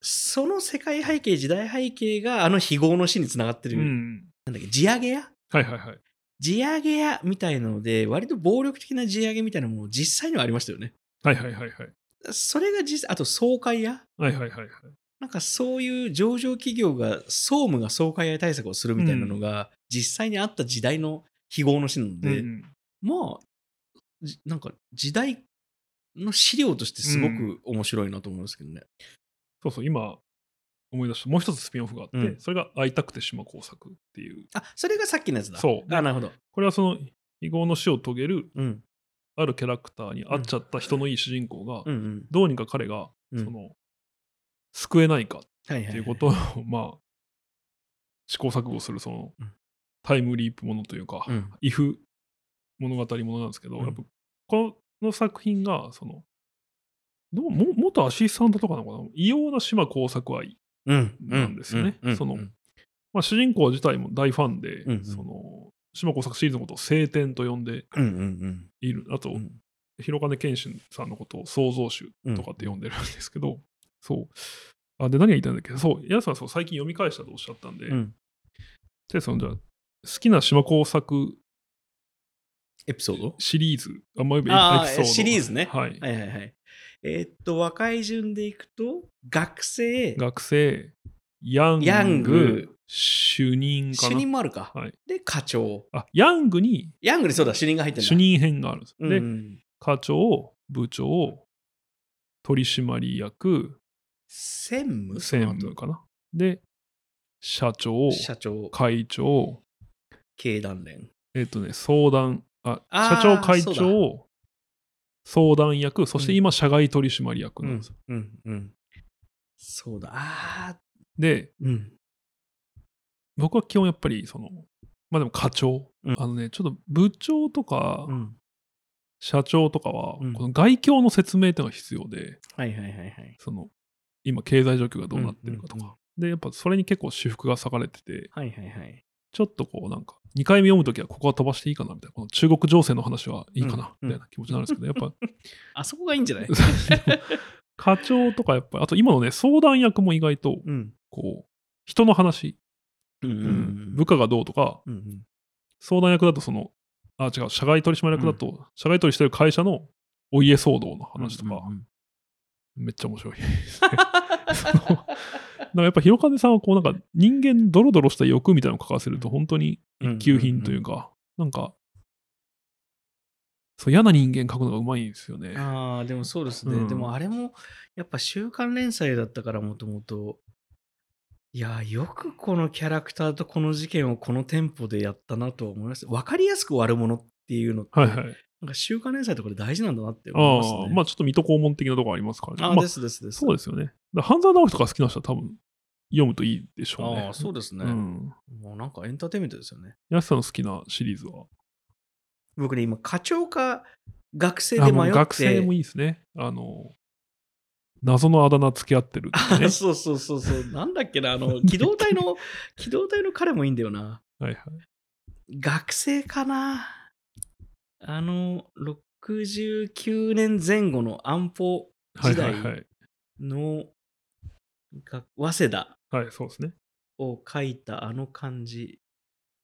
Speaker 1: その世界背景、時代背景があの非業の死につながって
Speaker 2: う
Speaker 1: る、
Speaker 2: ん。
Speaker 1: なんだっけ、地上げ屋
Speaker 2: はいはいはい。
Speaker 1: 地上げ屋みたいなので、割と暴力的な地上げみたいなもの実際にはありましたよね。
Speaker 2: はいはいはいはい。
Speaker 1: それが実際、あと総会屋
Speaker 2: はいはいはいはい。
Speaker 1: なんかそういう上場企業が総務が総会屋対策をするみたいなのが実際にあった時代の非業の死なので、
Speaker 2: うん
Speaker 1: まあじなんか時代の資料としてすごく面白いなと思うんですけどね。
Speaker 2: そうそう、今思い出した、もう一つスピンオフがあって、
Speaker 1: うん
Speaker 2: それが会いたくて島工作っていう。
Speaker 1: あそれがさっきのやつだ。
Speaker 2: そう。
Speaker 1: あなるほど。
Speaker 2: これはその、非業の死を遂げる
Speaker 1: うん
Speaker 2: あるキャラクターに会っちゃった人のいい主人公が、
Speaker 1: うんうん
Speaker 2: どうにか彼が、
Speaker 1: うん。
Speaker 2: その、救えないか
Speaker 1: はい
Speaker 2: っ
Speaker 1: は
Speaker 2: て
Speaker 1: い
Speaker 2: い
Speaker 1: う
Speaker 2: ことを、 まあ、試行錯誤する、その
Speaker 1: うん、
Speaker 2: タイムリープものというか、
Speaker 1: うん
Speaker 2: イフ物語ものなんですけど、
Speaker 1: うん
Speaker 2: やっぱこの作品が、その、どうも元アシスタントとかなのかな異様な島工作愛
Speaker 1: うん
Speaker 2: なんですよね
Speaker 1: うんうん
Speaker 2: その
Speaker 1: うん
Speaker 2: まあ、主人公自体も大ファンで、
Speaker 1: うんうん
Speaker 2: その島耕作シリーズのことを晴天と呼んで
Speaker 1: うんうん
Speaker 2: いる、あと、
Speaker 1: うんうん
Speaker 2: 広金謙信さんのことを創造主とかって呼んでるんですけど、そう。あで、何が言いたいんだっけそう、やさんそう最近読み返したとおっしゃったんで、
Speaker 1: うん
Speaker 2: でそのじゃあ好きな島耕作
Speaker 1: エピソード
Speaker 2: シリーズ、あんまりエピ
Speaker 1: あー
Speaker 2: エピソード
Speaker 1: シリーズね
Speaker 2: はい。
Speaker 1: はいはいはい。えーっと、若い順でいくと、学生、
Speaker 2: 学生、ヤング、
Speaker 1: ヤング
Speaker 2: 主任か
Speaker 1: 主
Speaker 2: な
Speaker 1: 任もあるか。
Speaker 2: はい、
Speaker 1: で、課長。
Speaker 2: あ、ヤングに
Speaker 1: ヤングにそうだ、主任が入ってんだ。
Speaker 2: 主任編があるんです。
Speaker 1: うん
Speaker 2: で
Speaker 1: うん
Speaker 2: 課長、部長、取締役、
Speaker 1: 専務
Speaker 2: 専務かな。で、社長、
Speaker 1: 社長、
Speaker 2: 会長、
Speaker 1: 経団連。
Speaker 2: えっ、とね、相談、あ、
Speaker 1: あー
Speaker 2: 社長、会
Speaker 1: そ
Speaker 2: 長、相談役、そして今、社外取締役なんですよ。
Speaker 1: うんうん。そうだ。ああ、
Speaker 2: で、
Speaker 1: うん。
Speaker 2: 僕は基本やっぱり、その、まあでも課長、
Speaker 1: うん
Speaker 2: あのね、ちょっと部長とか、
Speaker 1: うん
Speaker 2: 社長とかは、
Speaker 1: うん
Speaker 2: この外況の説明っていうのが必要で、
Speaker 1: はいはいはいはい。
Speaker 2: その、今、経済状況がどうなってるかとか。
Speaker 1: うんうんうん
Speaker 2: で、やっぱそれに結構私服が裂かれてて、
Speaker 1: はいはいはい。
Speaker 2: ちょっとこうなんか、2回目読むときはここは飛ばしていいかなみたいな、この中国情勢の話はいいかな
Speaker 1: うん
Speaker 2: みたいな気持ちになるんですけど、やっぱ、
Speaker 1: あそこがいいんじゃない
Speaker 2: 課長とかやっぱ、あと今のね、相談役も意外と、
Speaker 1: うん。
Speaker 2: こう、人の話、
Speaker 1: うんうん
Speaker 2: 部下がどうとか、
Speaker 1: うんうん。
Speaker 2: 相談役だとその、あ、違う、社外取締役だと、社外取りしてる会社のお家騒動の話とか、
Speaker 1: うんうん
Speaker 2: めっちゃ面白い。そのなんかやっぱ、広金さんはこう、なんか人間ドロドロした欲みたいなのを書かせると、本当に一級品というか、なんか、そう、嫌な人間書くのがうまいんですよね。
Speaker 1: ああ、でもそうですね。
Speaker 2: うん
Speaker 1: でもあれも、やっぱ週刊連載だったからもともと。いやー、よくこのキャラクターとこの事件をこのテンポでやったなとは思います。わかりやすく悪者っていうのって、
Speaker 2: はいはい。
Speaker 1: なんか週刊連載とかで大事なんだなって思います
Speaker 2: ああ、
Speaker 1: ね。
Speaker 2: まあちょっと水戸黄門的なとこありますからね。
Speaker 1: あー
Speaker 2: まあ
Speaker 1: ですですです。
Speaker 2: そうですよね。だから半沢直樹とか好きな人は多分読むといいでしょうね。
Speaker 1: ああ、そうですね。
Speaker 2: うん。
Speaker 1: もうなんかエンターテインメントですよね。
Speaker 2: やすさんの好きなシリーズは。
Speaker 1: 僕ね、今、課長か学生
Speaker 2: あ
Speaker 1: で
Speaker 2: も
Speaker 1: 迷
Speaker 2: う
Speaker 1: って。。
Speaker 2: 学生もいいですね。あの、謎のあだ名付き合ってるっていうね
Speaker 1: そうそうそうそう。 なんだっけな、あの、機動隊の、機動隊の彼もいいんだよな。
Speaker 2: はいはい。
Speaker 1: 学生かな。あの、69年前後の安保
Speaker 2: はい
Speaker 1: 時
Speaker 2: は
Speaker 1: 代
Speaker 2: いはい。
Speaker 1: の、が早稲田
Speaker 2: はい、そうですね。
Speaker 1: を書いたあの漢字。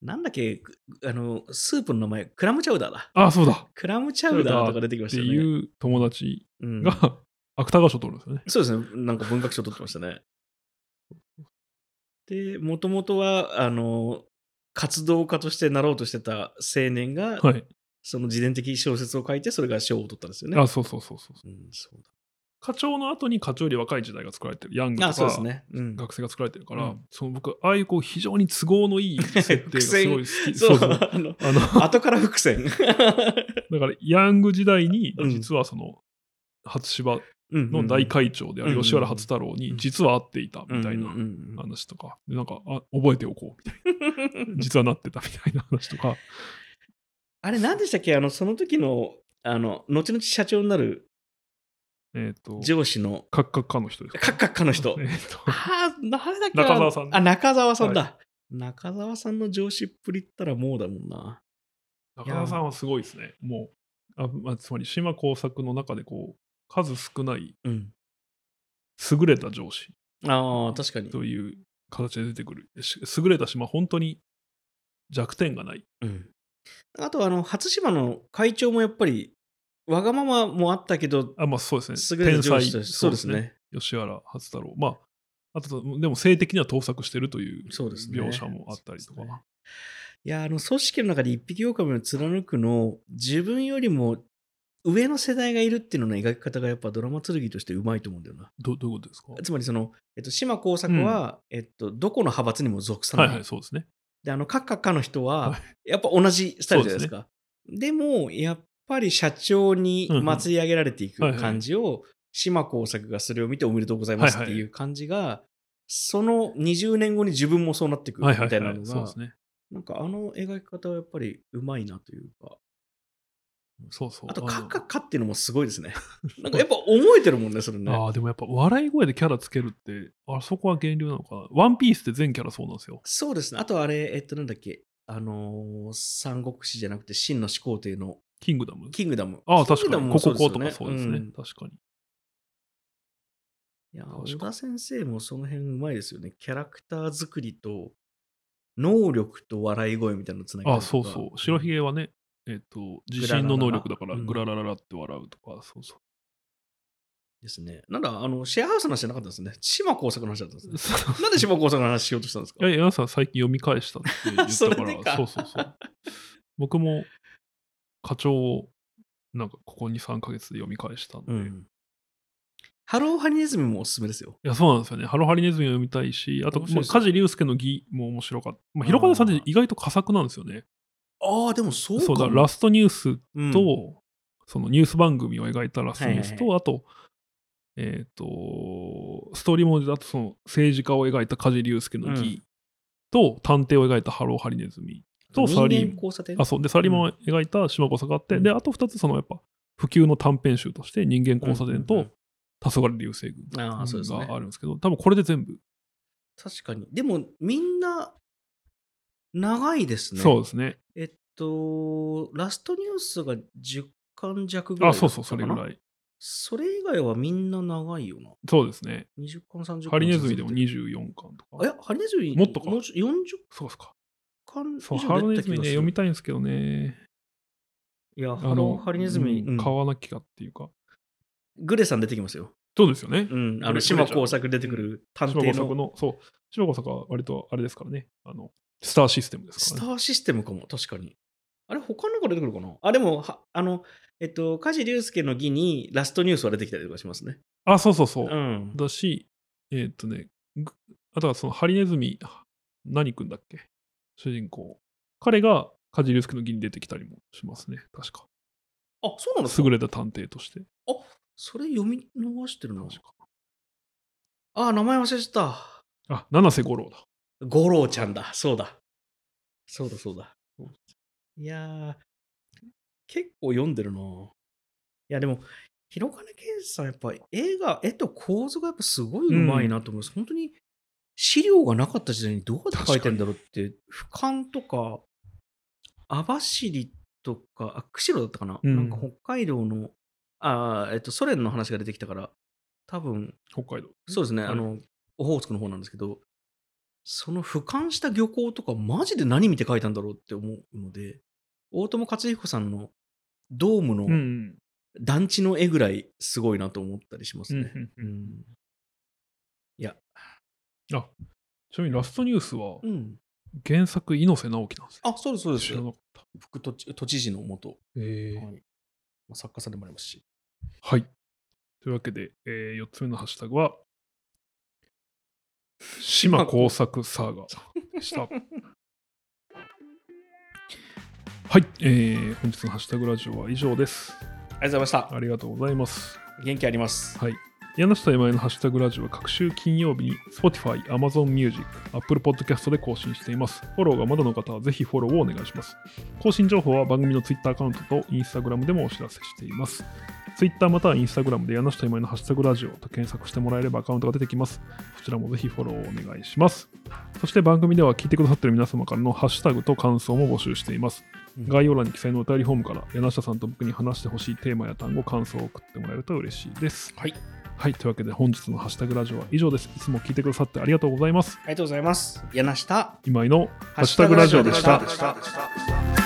Speaker 1: なんだっけ、あの、スープの名前、クラムチャウダーだ。
Speaker 2: ああ、そうだ
Speaker 1: クラムチャウダーとか出てきま
Speaker 2: っ
Speaker 1: してたよね。
Speaker 2: いう友達
Speaker 1: うん
Speaker 2: が、芥川賞取るんですよね。
Speaker 1: そうですね、なんか文学賞取ってましたね。で、もともとは、あの、活動家としてなろうとしてた青年が、
Speaker 2: はい。
Speaker 1: その自伝的小説を書いて、それが賞を取ったんですよね。
Speaker 2: あそうそうそうそう。
Speaker 1: うん、そう
Speaker 2: 課長の後に課長より若い時代が作られてる。ヤング
Speaker 1: だ。あ、
Speaker 2: と
Speaker 1: そうです
Speaker 2: か、
Speaker 1: ね。うん。
Speaker 2: 学生が作られてるから、
Speaker 1: うん
Speaker 2: その僕、ああいうこう非常に都合のいい設定がすごい好き。
Speaker 1: そう
Speaker 2: そうそう
Speaker 1: あの、
Speaker 2: あの
Speaker 1: 後から伏線。
Speaker 2: だからヤング時代に
Speaker 1: うん
Speaker 2: 実はその、初芝
Speaker 1: の
Speaker 2: の大会長であ
Speaker 1: うん
Speaker 2: る
Speaker 1: うん
Speaker 2: 吉原初太郎に実は会っていたみたい
Speaker 1: うん
Speaker 2: な
Speaker 1: うんうん
Speaker 2: 話とか、でなんかあ覚えておこうみた いな実はなってたみたいな話とか
Speaker 1: あれ、何でしたっけあの、その時の、あの、後々社長になる
Speaker 2: えっ、と
Speaker 1: 上司の、
Speaker 2: カッカッカの人ですか
Speaker 1: カッカッカの人。
Speaker 2: えーと
Speaker 1: ああ、誰だっけ
Speaker 2: 中澤さんね
Speaker 1: あ、中澤さんだ。中澤さんの上司っぷりったらもうだもんな。
Speaker 2: 中田さんはすごいですね。もうあ、まあ、つまり島工作の中でこう数少ない
Speaker 1: うん。
Speaker 2: 優れた上司
Speaker 1: ああ、確かに。
Speaker 2: という形で出てくる。し優れた島、本当に弱点がない。
Speaker 1: うん、あとあの初島の会長もやっぱりわがままもあったけど
Speaker 2: あ、まあそうです
Speaker 1: 優
Speaker 2: ね。
Speaker 1: れた
Speaker 2: 天
Speaker 1: 上
Speaker 2: 才
Speaker 1: 司としてそうです。ね
Speaker 2: 吉原初太郎。まあ、あと、でも性的には盗作してるという
Speaker 1: そうですね
Speaker 2: 描写もあったりとか。
Speaker 1: そうですねいやあの組織の中で一匹狼を貫くの自分よりも上の世代がいるっていうのの描き方がやっぱドラマ剣としてうまいと思うんだよな
Speaker 2: どどういうことですか
Speaker 1: つまりその、えっと、島耕作は、えっと、どこの派閥にも属さな、
Speaker 2: はいいはい、そうですね。
Speaker 1: であのカッカッカの人は
Speaker 2: は
Speaker 1: やっぱ同じスタイルじゃないですかで,、もやっぱり社長に
Speaker 2: うんうん
Speaker 1: 祭り上げられてい
Speaker 2: はい
Speaker 1: く
Speaker 2: はい
Speaker 1: 感じを島耕作がそれを見ておめでとうございますっ
Speaker 2: はいは
Speaker 1: て
Speaker 2: い
Speaker 1: いう感じがその20年後に自分もそうなっていくみ
Speaker 2: は
Speaker 1: た
Speaker 2: いはいい、
Speaker 1: な
Speaker 2: は
Speaker 1: の
Speaker 2: い。そうで
Speaker 1: が
Speaker 2: すね。
Speaker 1: なんかあの描き方はやっぱりうまいなというか
Speaker 2: そうそう。
Speaker 1: あと
Speaker 2: の
Speaker 1: カッカッカっていうのもすごいです ねなんかやっぱ思えてるもんねそれね
Speaker 2: ああ、でもやっぱ笑い声でキャラつけるって、あそこは源流なのかな。ワンピースって全キャラそうなんですよ。
Speaker 1: そうですねあとあれえっとなんだっけあのー三国志じゃなくて秦の始皇帝の
Speaker 2: キングダム。
Speaker 1: キングダム
Speaker 2: ああ、
Speaker 1: キン
Speaker 2: 確
Speaker 1: グダ
Speaker 2: か
Speaker 1: ム
Speaker 2: に。
Speaker 1: も
Speaker 2: こ
Speaker 1: そ
Speaker 2: こ
Speaker 1: うです
Speaker 2: こ
Speaker 1: よ
Speaker 2: うとかそうですね。
Speaker 1: ん
Speaker 2: 確かに。
Speaker 1: いや、
Speaker 2: 確か
Speaker 1: 小田先生もその辺うまいですよね。キャラクター作りと、能力と笑い声みたいなのつなげた
Speaker 2: あ
Speaker 1: りとか
Speaker 2: そうそう。白ひげはね、えっ、と、自信の能力だから、
Speaker 1: グ
Speaker 2: グ
Speaker 1: ラ
Speaker 2: ララララって笑うとか、そうそ
Speaker 1: ですね。なんだ、あの、シェアハウスの話じゃなかったんですね。島工作の話だったん ですね。
Speaker 2: う。
Speaker 1: なんで島工作の話しようとしたんです
Speaker 2: い
Speaker 1: か
Speaker 2: や、皆さん最近読み返したって言ったから、
Speaker 1: それでか
Speaker 2: そうそうそう。僕も課長を、なんかここ2、3ヶ月で読み返したんで、
Speaker 1: う
Speaker 2: い
Speaker 1: ん。ハローハニネズミもおすすめですよ。
Speaker 2: や、そうなんですよね。ハロハリネズミを読みたいし、あと、
Speaker 1: 面白い
Speaker 2: まあ、
Speaker 1: ですよ
Speaker 2: 梶龍介の義も面白かった。まあ、広方さんって意外と佳作なんですよね。
Speaker 1: ああ、でもそうか
Speaker 2: そう
Speaker 1: も。
Speaker 2: だ、ラストニュース
Speaker 1: うん
Speaker 2: と、そのニュース番組を描いたラストニュースと、
Speaker 1: は
Speaker 2: あと、えっ、と、ストーリー文字だと、その政治家を描いた梶龍介の義と、探偵を描いたハローハリネズミと、サ
Speaker 1: 人
Speaker 2: ラリーマ
Speaker 1: 間
Speaker 2: ン
Speaker 1: 交差点
Speaker 2: あ、そう。で、サラリーマンを描いた島工作があって、
Speaker 1: うん
Speaker 2: で、あと2つ、そのやっぱ、普及の短編集として、人間交差点
Speaker 1: うんうんう
Speaker 2: と
Speaker 1: ん、
Speaker 2: 黄昏流星群
Speaker 1: ああそうですね
Speaker 2: があるんですけど、多分これで全部、
Speaker 1: 確かに。でも、みんな、長いですね。
Speaker 2: そうですね。
Speaker 1: えっと、ラストニュースが10巻弱ぐらい
Speaker 2: あ、そうそう、それぐ
Speaker 1: い。
Speaker 2: らい。
Speaker 1: それ以外はみんな長いよな。
Speaker 2: そうですね。
Speaker 1: 20巻、30巻。
Speaker 2: ハリネズミでも24巻と
Speaker 1: あい
Speaker 2: か。
Speaker 1: や、ハリネズミ
Speaker 2: もっとか
Speaker 1: もうちょ40
Speaker 2: そうですか。
Speaker 1: 巻以
Speaker 2: そう、ハ
Speaker 1: 上出た
Speaker 2: リネズ
Speaker 1: 気
Speaker 2: ミ
Speaker 1: が
Speaker 2: ね、
Speaker 1: す
Speaker 2: 読み
Speaker 1: る。
Speaker 2: たいんですけどね。
Speaker 1: いや、
Speaker 2: あ
Speaker 1: ハロ
Speaker 2: の、
Speaker 1: ーハリネズミ、
Speaker 2: うん
Speaker 1: うん
Speaker 2: 買わなきゃっていうか。
Speaker 1: グレさん出てきますよ。
Speaker 2: そうですよね
Speaker 1: う。ん、あの
Speaker 2: グレ
Speaker 1: 島耕作出てくる探
Speaker 2: 島工
Speaker 1: 偵
Speaker 2: 作
Speaker 1: の。
Speaker 2: の、そう、島工作は割とあれですからね。あの、スターシステムです
Speaker 1: ス
Speaker 2: か
Speaker 1: タ
Speaker 2: らね。
Speaker 1: ーシステムかも、確かに。あれ、他のが出てくるかなあ、でも、はあの、えっと、梶竜介の儀にラストニュースは出てきたりとかしますね。
Speaker 2: あ、そうそうそう
Speaker 1: う。ん。
Speaker 2: だし、えーっとね、ぐあとはそのハリネズミ、何くんだっけ主人公。彼が梶竜介の儀に出てきたりもしますね、確か。
Speaker 1: あ、そうなんですか
Speaker 2: 優れた探偵として。
Speaker 1: それ読み逃してるな。
Speaker 2: 確か
Speaker 1: あー、名前忘れてた。
Speaker 2: あ、七瀬五郎だ。
Speaker 1: 五郎ちゃんだ。そうだ。そうだ、そうだ。いやー、結構読んでるな。いや、でも、広金圭司さん、やっぱ映画、絵と構図がやっぱすごいうまいなと思います。本当に資料がなかった時代にどうやって描いてんだろうって、俯瞰とか、網走とか、あ、釧路だったかな、
Speaker 2: うん
Speaker 1: なんか北海道の、あーえっと、ソ連の話が出てきたから、多分
Speaker 2: 北海道。
Speaker 1: そうですね、
Speaker 2: はい
Speaker 1: あの、オホーツクの方なんですけど、その俯瞰した漁港とか、マジで何見て書いたんだろうって思うので、大友克彦さんのドーム
Speaker 2: うんう
Speaker 1: の
Speaker 2: ん。
Speaker 1: 団地の絵ぐらいすごいなと思ったりします
Speaker 2: うん
Speaker 1: ね。
Speaker 2: うんうん
Speaker 1: うんいや、
Speaker 2: あ、ちなみにラストニュースは
Speaker 1: うん。
Speaker 2: 原作猪瀬直樹なんですよ。
Speaker 1: あ、そうです、そうで
Speaker 2: 知
Speaker 1: す
Speaker 2: ら。なかった。
Speaker 1: 副都知都知事の元、
Speaker 2: え
Speaker 1: はいまあ作家さんでもありますし。
Speaker 2: はい。というわけで、え4つ目のハッシュタグは、島工作サーガで した。はい、えー本日のハッシュタグラジオは以上です。
Speaker 1: ありがとうございまし
Speaker 2: ありがとうございます。
Speaker 1: た。元気あります。
Speaker 2: はい。柳下今井のハッシュタグラジオは各週金曜日に Spotify、Amazon Music、Apple Podcast で更新しています。フォローがまだの方はぜひフォローをお願いします。更新情報は番組の Twitter アカウントと Instagram でもお知らせしています。Twitter または Instagram で柳下今井のハッシュタグラジオと検索してもらえればアカウントが出てきます。そちらもぜひフォローをお願いします。そして番組では聞いてくださっている皆様からのハッシュタグと感想も募集しています。
Speaker 1: うん
Speaker 2: 概要欄に記載のお便りフォームから柳下さんと僕に話してほしいテーマや単語、感想を送ってもらえると嬉しいです。
Speaker 1: はい。
Speaker 2: はい、というわけで本日のハッシュタグラジオは以上です。いつも聞いてくださってありがとうございます。
Speaker 1: ありがとうございます。柳下
Speaker 2: 今井のハッシュタグラジオでした
Speaker 1: ハッシュタグラジオで。した